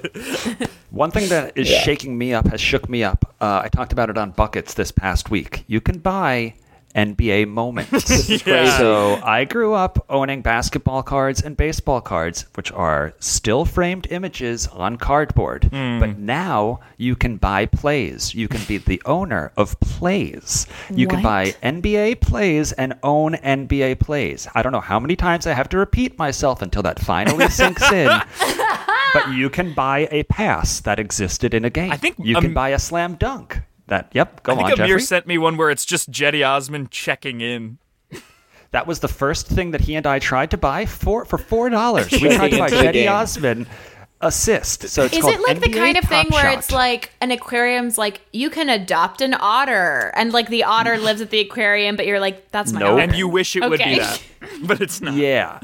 S7: One thing that is
S6: Yeah.
S7: shaking me up has shook me up. Uh, I talked about it on Buckets this past week. You can buy NBA moments.
S8: is crazy.
S7: So I grew up owning basketball cards and baseball cards, which are still framed images on cardboard.
S6: Hmm.
S7: But now you can buy plays. You can be the owner of plays. You can
S4: What?
S7: buy NBA plays and own NBA plays. I don't know how many times I have to repeat myself until that finally sinks in but you can buy a pass that existed in a game. I think you can
S6: um,
S7: buy a slam dunk. That yep, go
S6: I think
S7: on,
S6: Amir
S7: Jeffrey.
S6: sent me one where it's just Jetty Osman checking in.
S7: That was the first thing that he and I tried to buy for for four dollars. We tried to buy
S6: Into the
S7: Jetty
S6: game.
S7: Osman assist. So it's
S14: Is
S7: called
S14: it like the
S7: NBA
S14: kind of
S7: Top
S14: thing where
S7: Shot.
S14: it's like an aquarium's like you can adopt an otter and like the otter lives at the aquarium, but you're like that's my
S7: Nope.
S14: otter.
S7: And you
S6: wish it would be
S14: Okay.
S6: that. but it's not.
S7: Yeah.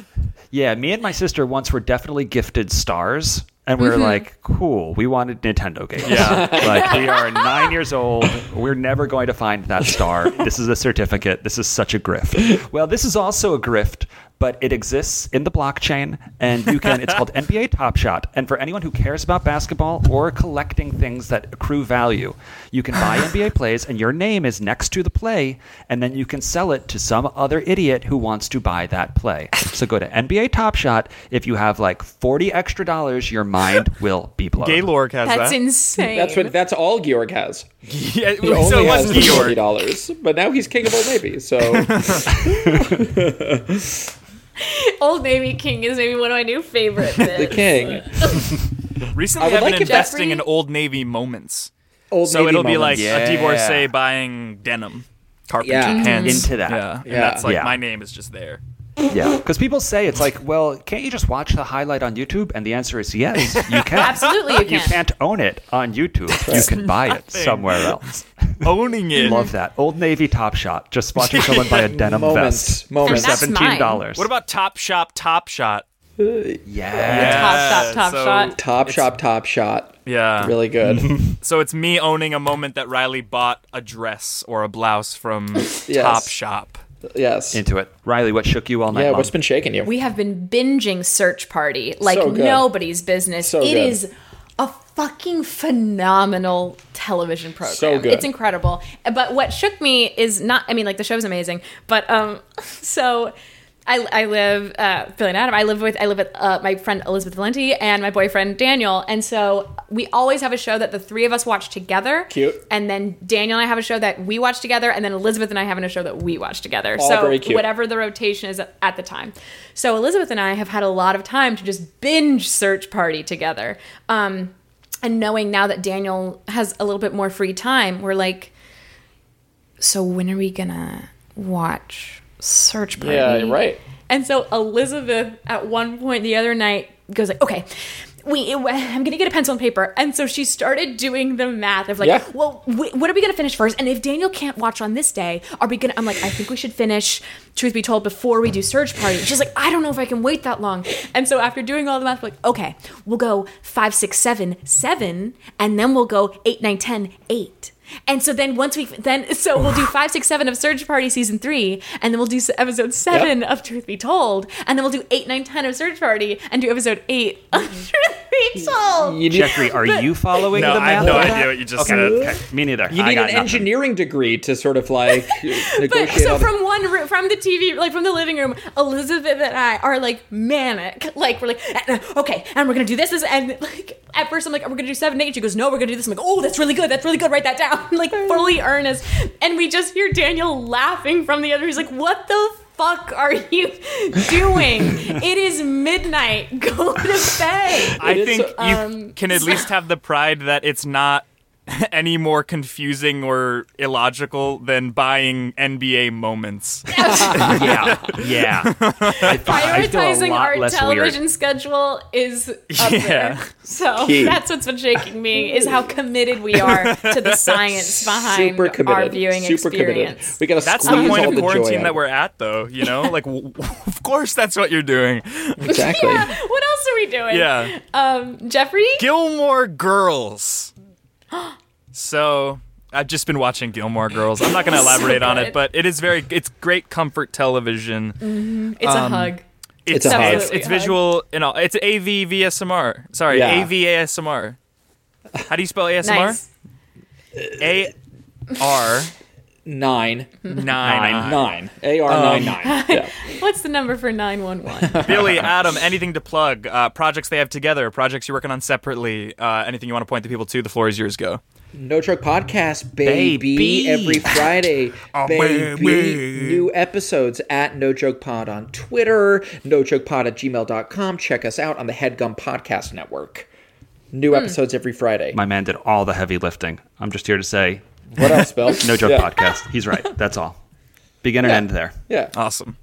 S7: Yeah, me and my sister once were definitely gifted stars. And we were
S14: Mm-hmm.
S6: Mhm.
S7: like, cool, we wanted Nintendo games.
S6: Yeah.
S7: like, we are nine years old. We're never going to find that star. This is a certificate. This is such a grift. Well, this is also a grift but it exists in the blockchain, and you can. it's called NBA Top Shot. And for anyone who cares about basketball or collecting things that accrue value, you can buy NBA plays, and your name is next to the play, and then you can sell it to some other idiot who wants to buy that play. So go to NBA Top Shot. If you have like forty extra dollars, your mind will be blown.
S6: Gaylord has
S8: That's
S6: that.
S8: insane. That's what. That's all Georg has.
S6: Yeah,
S8: he only
S6: so it was
S8: has the
S6: Georg.
S8: forty dollars, but now he's king of Old Navy. So
S5: Old Navy King is maybe one of my new favorite.
S8: the
S5: bits.
S8: king.
S6: Recently,
S8: I would
S6: I've been
S8: like if
S6: investing
S8: Jeffrey-
S6: in Old Navy moments.
S8: Old
S6: so
S8: Navy
S6: it'll be like
S8: moments.
S6: a
S8: Yeah.
S6: divorcee buying denim, carpentry
S7: Yeah.
S6: pants.
S7: Into that.
S6: Yeah. And
S7: Yeah.
S6: that's like
S7: Yeah.
S6: my name is just there.
S7: Yeah, because people say it's like, well, can't you just watch the highlight on YouTube? And the answer is yes, you can.
S6: Absolutely, you
S7: But You
S6: can.
S7: can't own it on YouTube. You can buy it somewhere else.
S6: Owning it.
S7: Love that Old Navy Top Shot. Just watching someone buy a denim
S6: Moments,
S7: vest
S6: moments.
S7: for
S6: And that's
S7: seventeen dollars.
S6: What about Top Shop? Top Shot.
S7: Yeah.
S6: Top Shop, Top so- Shot.
S8: Top shop, top shot.
S6: Yeah,
S8: really good.
S6: So it's me owning a moment that Riley bought a dress or a blouse from Top Shop.
S8: Yes.
S7: Into it, Riley. What shook you all night?
S8: Yeah,
S7: long?
S8: what's been shaking you?
S5: We have been binging Search Party like
S7: So good.
S5: nobody's business.
S8: So
S5: It
S8: good.
S5: is a fucking phenomenal television program.
S8: So good.
S5: It's incredible. But what shook me is not I mean like the show's amazing, but um so I, I live uh, Billy and Adam. I live with I live with uh, my friend Elizabeth Valenti and my boyfriend Daniel, and so we always have a show that the three of us watch together.
S8: Cute.
S5: And then Daniel and I have a show that we watch together, and then Elizabeth and I have a show that we watch together.
S8: All
S5: so
S8: very cute.
S5: whatever the rotation is at the time. So Elizabeth and I have had a lot of time to just binge search party together. Um, and knowing now that Daniel has a little bit more free time, we're like, so when are we gonna watch search party?
S8: Yeah, you're right.
S5: And so Elizabeth, at one point the other night, goes like, "Okay, we, I'm gonna get a pencil and paper." And so she started doing the math of like,
S17: Yeah.
S5: "Well, wh- what are we gonna finish first? And if Daniel can't watch on this day, are we gonna?" I'm like, "I think we should finish." Truth be told, before we do Surge Party, she's like, "I don't know if I can wait that long." And so after doing all the math, we're like, "Okay, we'll go five, six, seven, seven, and then we'll go eight, nine, ten, eight. And so then once we then so we'll do five, six, seven of Surge Party season three, and then we'll do s- episode seven of Truth Be Told, and then we'll do eight, nine, ten of Surge Party, and do episode eight of Truth Be Told.
S7: Jeffrey, are you following
S6: No,
S7: the
S6: I
S7: math?
S6: have no
S7: of that?
S6: idea what you just
S7: Okay,
S6: said.
S7: okay. Me neither.
S8: You
S7: I
S8: need
S7: got
S8: an
S7: nothing.
S8: engineering degree to sort of like negotiate
S5: But so
S8: all the-
S5: from one room, from the TV, like from the living room, Elizabeth and I are like manic. Like we're like, "Uh, uh, okay, and we're gonna do this, this, and like at first I'm like, we're gonna do seven, eight. She goes, no, we're gonna do this. I'm like, oh, that's really good. That's really good. Write that down. Like fully earnest. And we just hear Daniel laughing from the other. He's like, what the fuck are you doing? it is midnight. Go to bed.
S6: I think you
S5: Um,
S6: can at least have the pride that it's not any more confusing or illogical than buying NBA moments.
S7: yeah, yeah. I,
S5: prioritizing our television schedule is up
S6: Yeah.
S5: there. So
S6: Key.
S5: that's what's been shaking me is how committed we are to the science behind
S8: super committed,
S5: our viewing
S8: super
S5: experience.
S8: committed. We gotta
S6: That's the
S8: squeeze
S6: point
S8: all
S6: of
S8: the joy
S6: quarantine
S8: out.
S6: that we're at, though. You know, like, w- w- of course, that's what you're doing.
S8: Exactly.
S5: Yeah, what else are we doing?
S6: Yeah.
S5: Um, Jeffrey?
S6: Gilmore Girls. So I've just been watching Gilmore Girls. I'm not going to
S5: So
S6: elaborate on
S5: good.
S6: it, but it is very. It's great comfort television.
S5: Mhm. It's a hug.
S6: It's
S5: It's
S6: it's,
S5: a hug.
S6: it's,
S5: Absolutely a hug.
S6: visual and all. It's AV VSMR. Sorry,
S8: Yeah.
S6: AV ASMR. How do you spell ASMR?
S8: Nice.
S6: A R
S8: nine
S6: nine Um,
S8: Nine. Nine. AR nine nine.
S5: What's the number for 911?
S6: Billy, Adam, anything to plug? Uh, projects they have together, projects you're working on separately, uh, anything you want to point the people to, the floor is yours, go.
S8: No Truck Podcast, baby.
S6: Baby.
S8: Every Friday,
S6: Oh,
S8: baby.
S6: baby.
S8: New episodes at No Joke Pod on Twitter, No Joke Pod at gmail.com. Check us out on the Headgum Podcast Network. New
S5: Hmm.
S8: episodes every Friday.
S7: My man did all the heavy lifting. I'm just here to say.
S8: What else, Bill?
S7: no joke
S8: Yeah.
S7: podcast. He's right. That's all. Begin and
S5: Yeah.
S7: end there.
S8: Yeah.
S6: Awesome.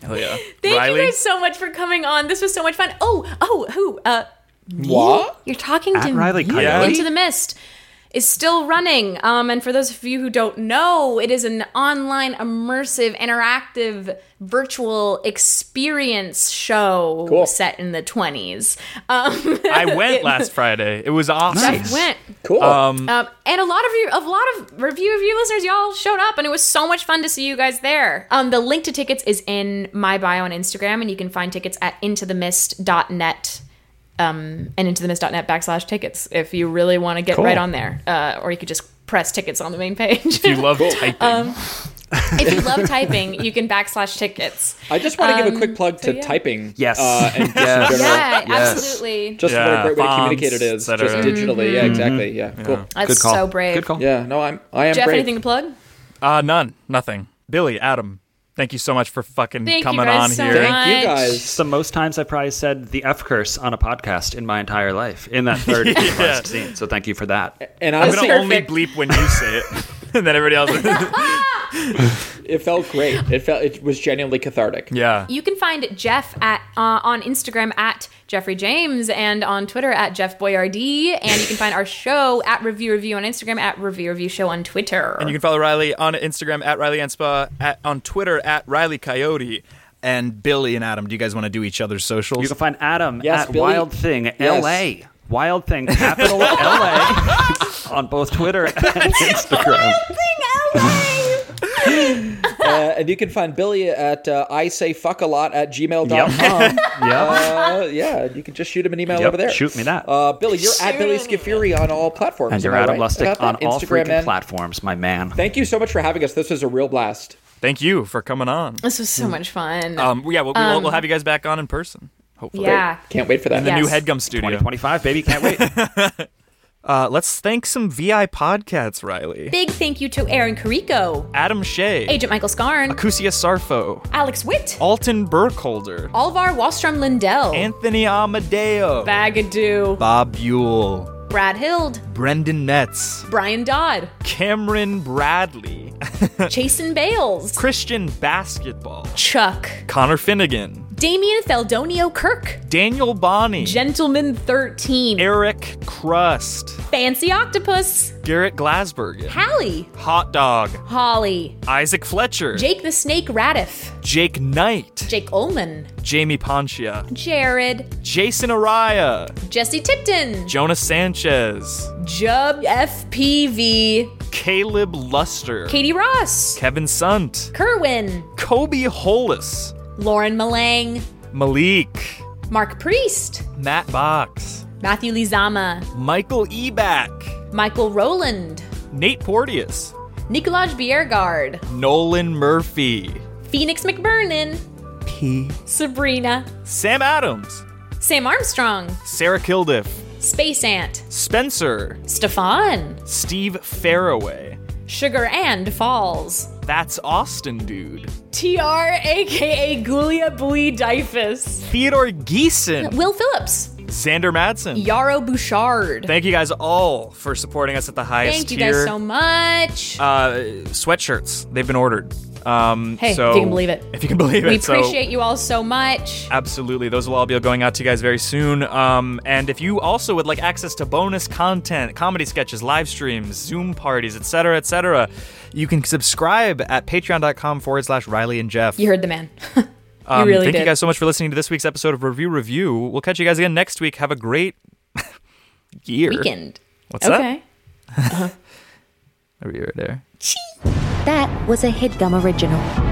S6: Hell yeah.
S5: Thank
S7: Riley?
S5: you guys so much for coming on. This was so much fun. Oh, oh, who? Uh, me?
S7: What?
S5: You're talking
S7: At
S5: to
S7: Riley
S5: me?
S7: Coyote?
S5: into the mist. is still running. Um, and for those of you who don't know, it is an online, immersive, interactive, virtual experience show
S6: Cool.
S5: set in the 20s. Um,
S6: I went
S5: it-
S6: last Friday. It was awesome.
S5: Jeff went.
S6: Um,
S5: Um, and a lot of you, a lot of review of you listeners, y'all showed up, and it was so much fun to see you guys there. Um, the link to tickets is in my bio on Instagram, and you can find tickets at intothemist.net. Um, and intothemist.net backslash tickets if you really want to get
S6: Cool.
S5: right on there, uh, or you could just press tickets on the main page.
S6: if you love typing,
S5: um, if you love typing, you can backslash tickets.
S8: I just want to give a
S5: Um,
S8: quick plug
S5: so
S8: to
S5: yeah.
S8: typing.
S7: Yes.
S8: Uh, and just in
S7: Yes.
S8: general.
S5: Yeah, Yes. absolutely.
S8: Just what
S7: Yeah,
S8: a great way to communicate it
S7: fonts,
S8: is,
S7: et
S8: just
S7: cetera.
S8: digitally. Yeah,
S7: Mhm.
S8: exactly. Yeah,
S6: Yeah.
S8: cool.
S5: That's Good call. so brave. Good call.
S8: Yeah, no, I'm. I am
S5: Jeff,
S8: brave.
S5: anything to plug?
S6: Uh, none. Nothing. Billy, Adam, thank you so much for fucking
S5: Thank you
S6: coming
S5: guys
S6: on
S5: so
S6: here.
S5: much. Thank you guys.
S7: It's the most times I probably said the F curse on a podcast in my entire life in that third
S6: Yeah.
S7: podcast scene. So thank you for that.
S8: And
S6: I'm
S8: honestly-
S6: going to only bleep when you say it. and then everybody else.
S8: It felt great. It felt. It was genuinely cathartic.
S6: Yeah.
S5: You can find Jeff at uh, on Instagram at Jeffrey James and on Twitter at Jeff Boyardee. And you can find our show at Review Review on Instagram at Review Review Show on Twitter.
S6: And you can follow Riley on Instagram at Riley Anspa, at, on Twitter at Riley Coyote.
S18: And Billy and Adam, do you guys want to do each other's socials? You can
S7: find Adam at
S18: Billy.
S7: Wild Thing
S18: Yes.
S7: LA. Wild Thing Capital LA on both Twitter and Instagram.
S8: uh, and you can find Billy at uh, I say fuck a lot at gmail.com. Uh, yeah, you can just shoot him an email
S7: Yep,
S8: over there.
S7: shoot me that.
S8: Uh, Billy, you're at Billy Scafuri on all platforms.
S7: And you're
S8: am I
S7: Adam
S8: right
S7: Lustig
S8: about
S7: on
S8: that?
S7: all
S8: Instagram
S7: freaking
S8: and-
S7: platforms, my man.
S8: Thank you so much for having us. This was a real blast.
S6: Thank you for coming on.
S5: This was so much fun.
S6: Um, yeah, we'll, we'll,
S5: Um,
S6: we'll have you guys back on in person, hopefully.
S5: Yeah. Great. Can't wait for that.
S6: In the new
S5: Yes.
S6: Headgum Studio.
S7: 2025, baby. Can't wait.
S6: uh, let's thank some VI podcasts, Riley.
S5: Big thank you to Aaron Carrico,
S6: Adam Shea.
S5: Agent Michael Scarn,
S6: Akusia Sarfo.
S5: Alex Witt,
S6: Alton Burkholder.
S5: Alvar Wallstrom Lindell,
S6: Anthony Amadeo.
S5: Bagadoo,
S18: Bob Buell,
S5: Brad Hild,
S18: Brendan Metz,
S5: Brian Dodd,
S6: Cameron Bradley,
S5: Jason Bales,
S6: Christian Basketball,
S5: Chuck,
S6: Connor Finnegan,
S5: Damian Feldonio Kirk,
S6: Daniel Bonney,
S5: Gentleman 13,
S6: Eric Crust,
S5: Fancy Octopus,
S6: Garrett Glasbergen,
S5: Hallie,
S6: Hot Dog,
S5: Holly,
S6: Isaac Fletcher,
S5: Jake the Snake Radiff,
S6: Jake Knight,
S5: Jake Ullman,
S6: Jamie Ponchia,
S5: Jared,
S6: Jason Araya,
S5: Jesse Tipton,
S6: Jonas Sanchez,
S5: Jub FPV,
S6: Caleb Luster,
S5: Katie Ross,
S6: Kevin Sunt,
S5: Kerwin,
S6: Kobe Hollis,
S5: Lauren Malang,
S6: Malik,
S5: Mark Priest,
S6: Matt Box,
S5: Matthew Lizama,
S6: Michael Eback,
S5: Michael Rowland,
S6: Nate Porteous,
S5: Nikolaj Biergard,
S6: Nolan Murphy,
S5: Phoenix McBurnan,
S6: P.
S5: Sabrina,
S6: Sam Adams,
S5: Sam Armstrong,
S6: Sarah Kildiff,
S5: Space Ant,
S6: Spencer,
S5: Stefan,
S6: Steve Faraway.
S5: Sugar and Falls,
S6: That's Austin, dude.
S5: TR aka Gulia Bui Dyfus,
S6: Theodore Geeson,
S5: Will Phillips,
S6: Xander Madsen.
S5: Yaro Bouchard.
S6: Thank you guys all for supporting us at the highest
S5: Thank you
S6: tier.
S5: guys so much.
S6: Uh, sweatshirts, they've been ordered. Um,
S5: Hey,
S6: so
S5: if you can believe it.
S6: If you can believe
S5: we
S6: it. so-
S5: appreciate you all so much.
S6: Absolutely. Those will all be going out to you guys very soon. Um, and if you also would like access to bonus content, comedy sketches, live streams, Zoom parties, etc., etc., you can subscribe at patreon.com forward slash Riley and Jeff.
S5: You heard the man.
S6: Um,
S5: really
S6: thank you
S5: did.
S6: guys so much for listening to this week's episode of Review Review. We'll catch you guys again next week. Have a great year.
S2: Weekend.
S6: What's
S2: Okay.
S6: that? Are we right there?
S2: That was a headgum original.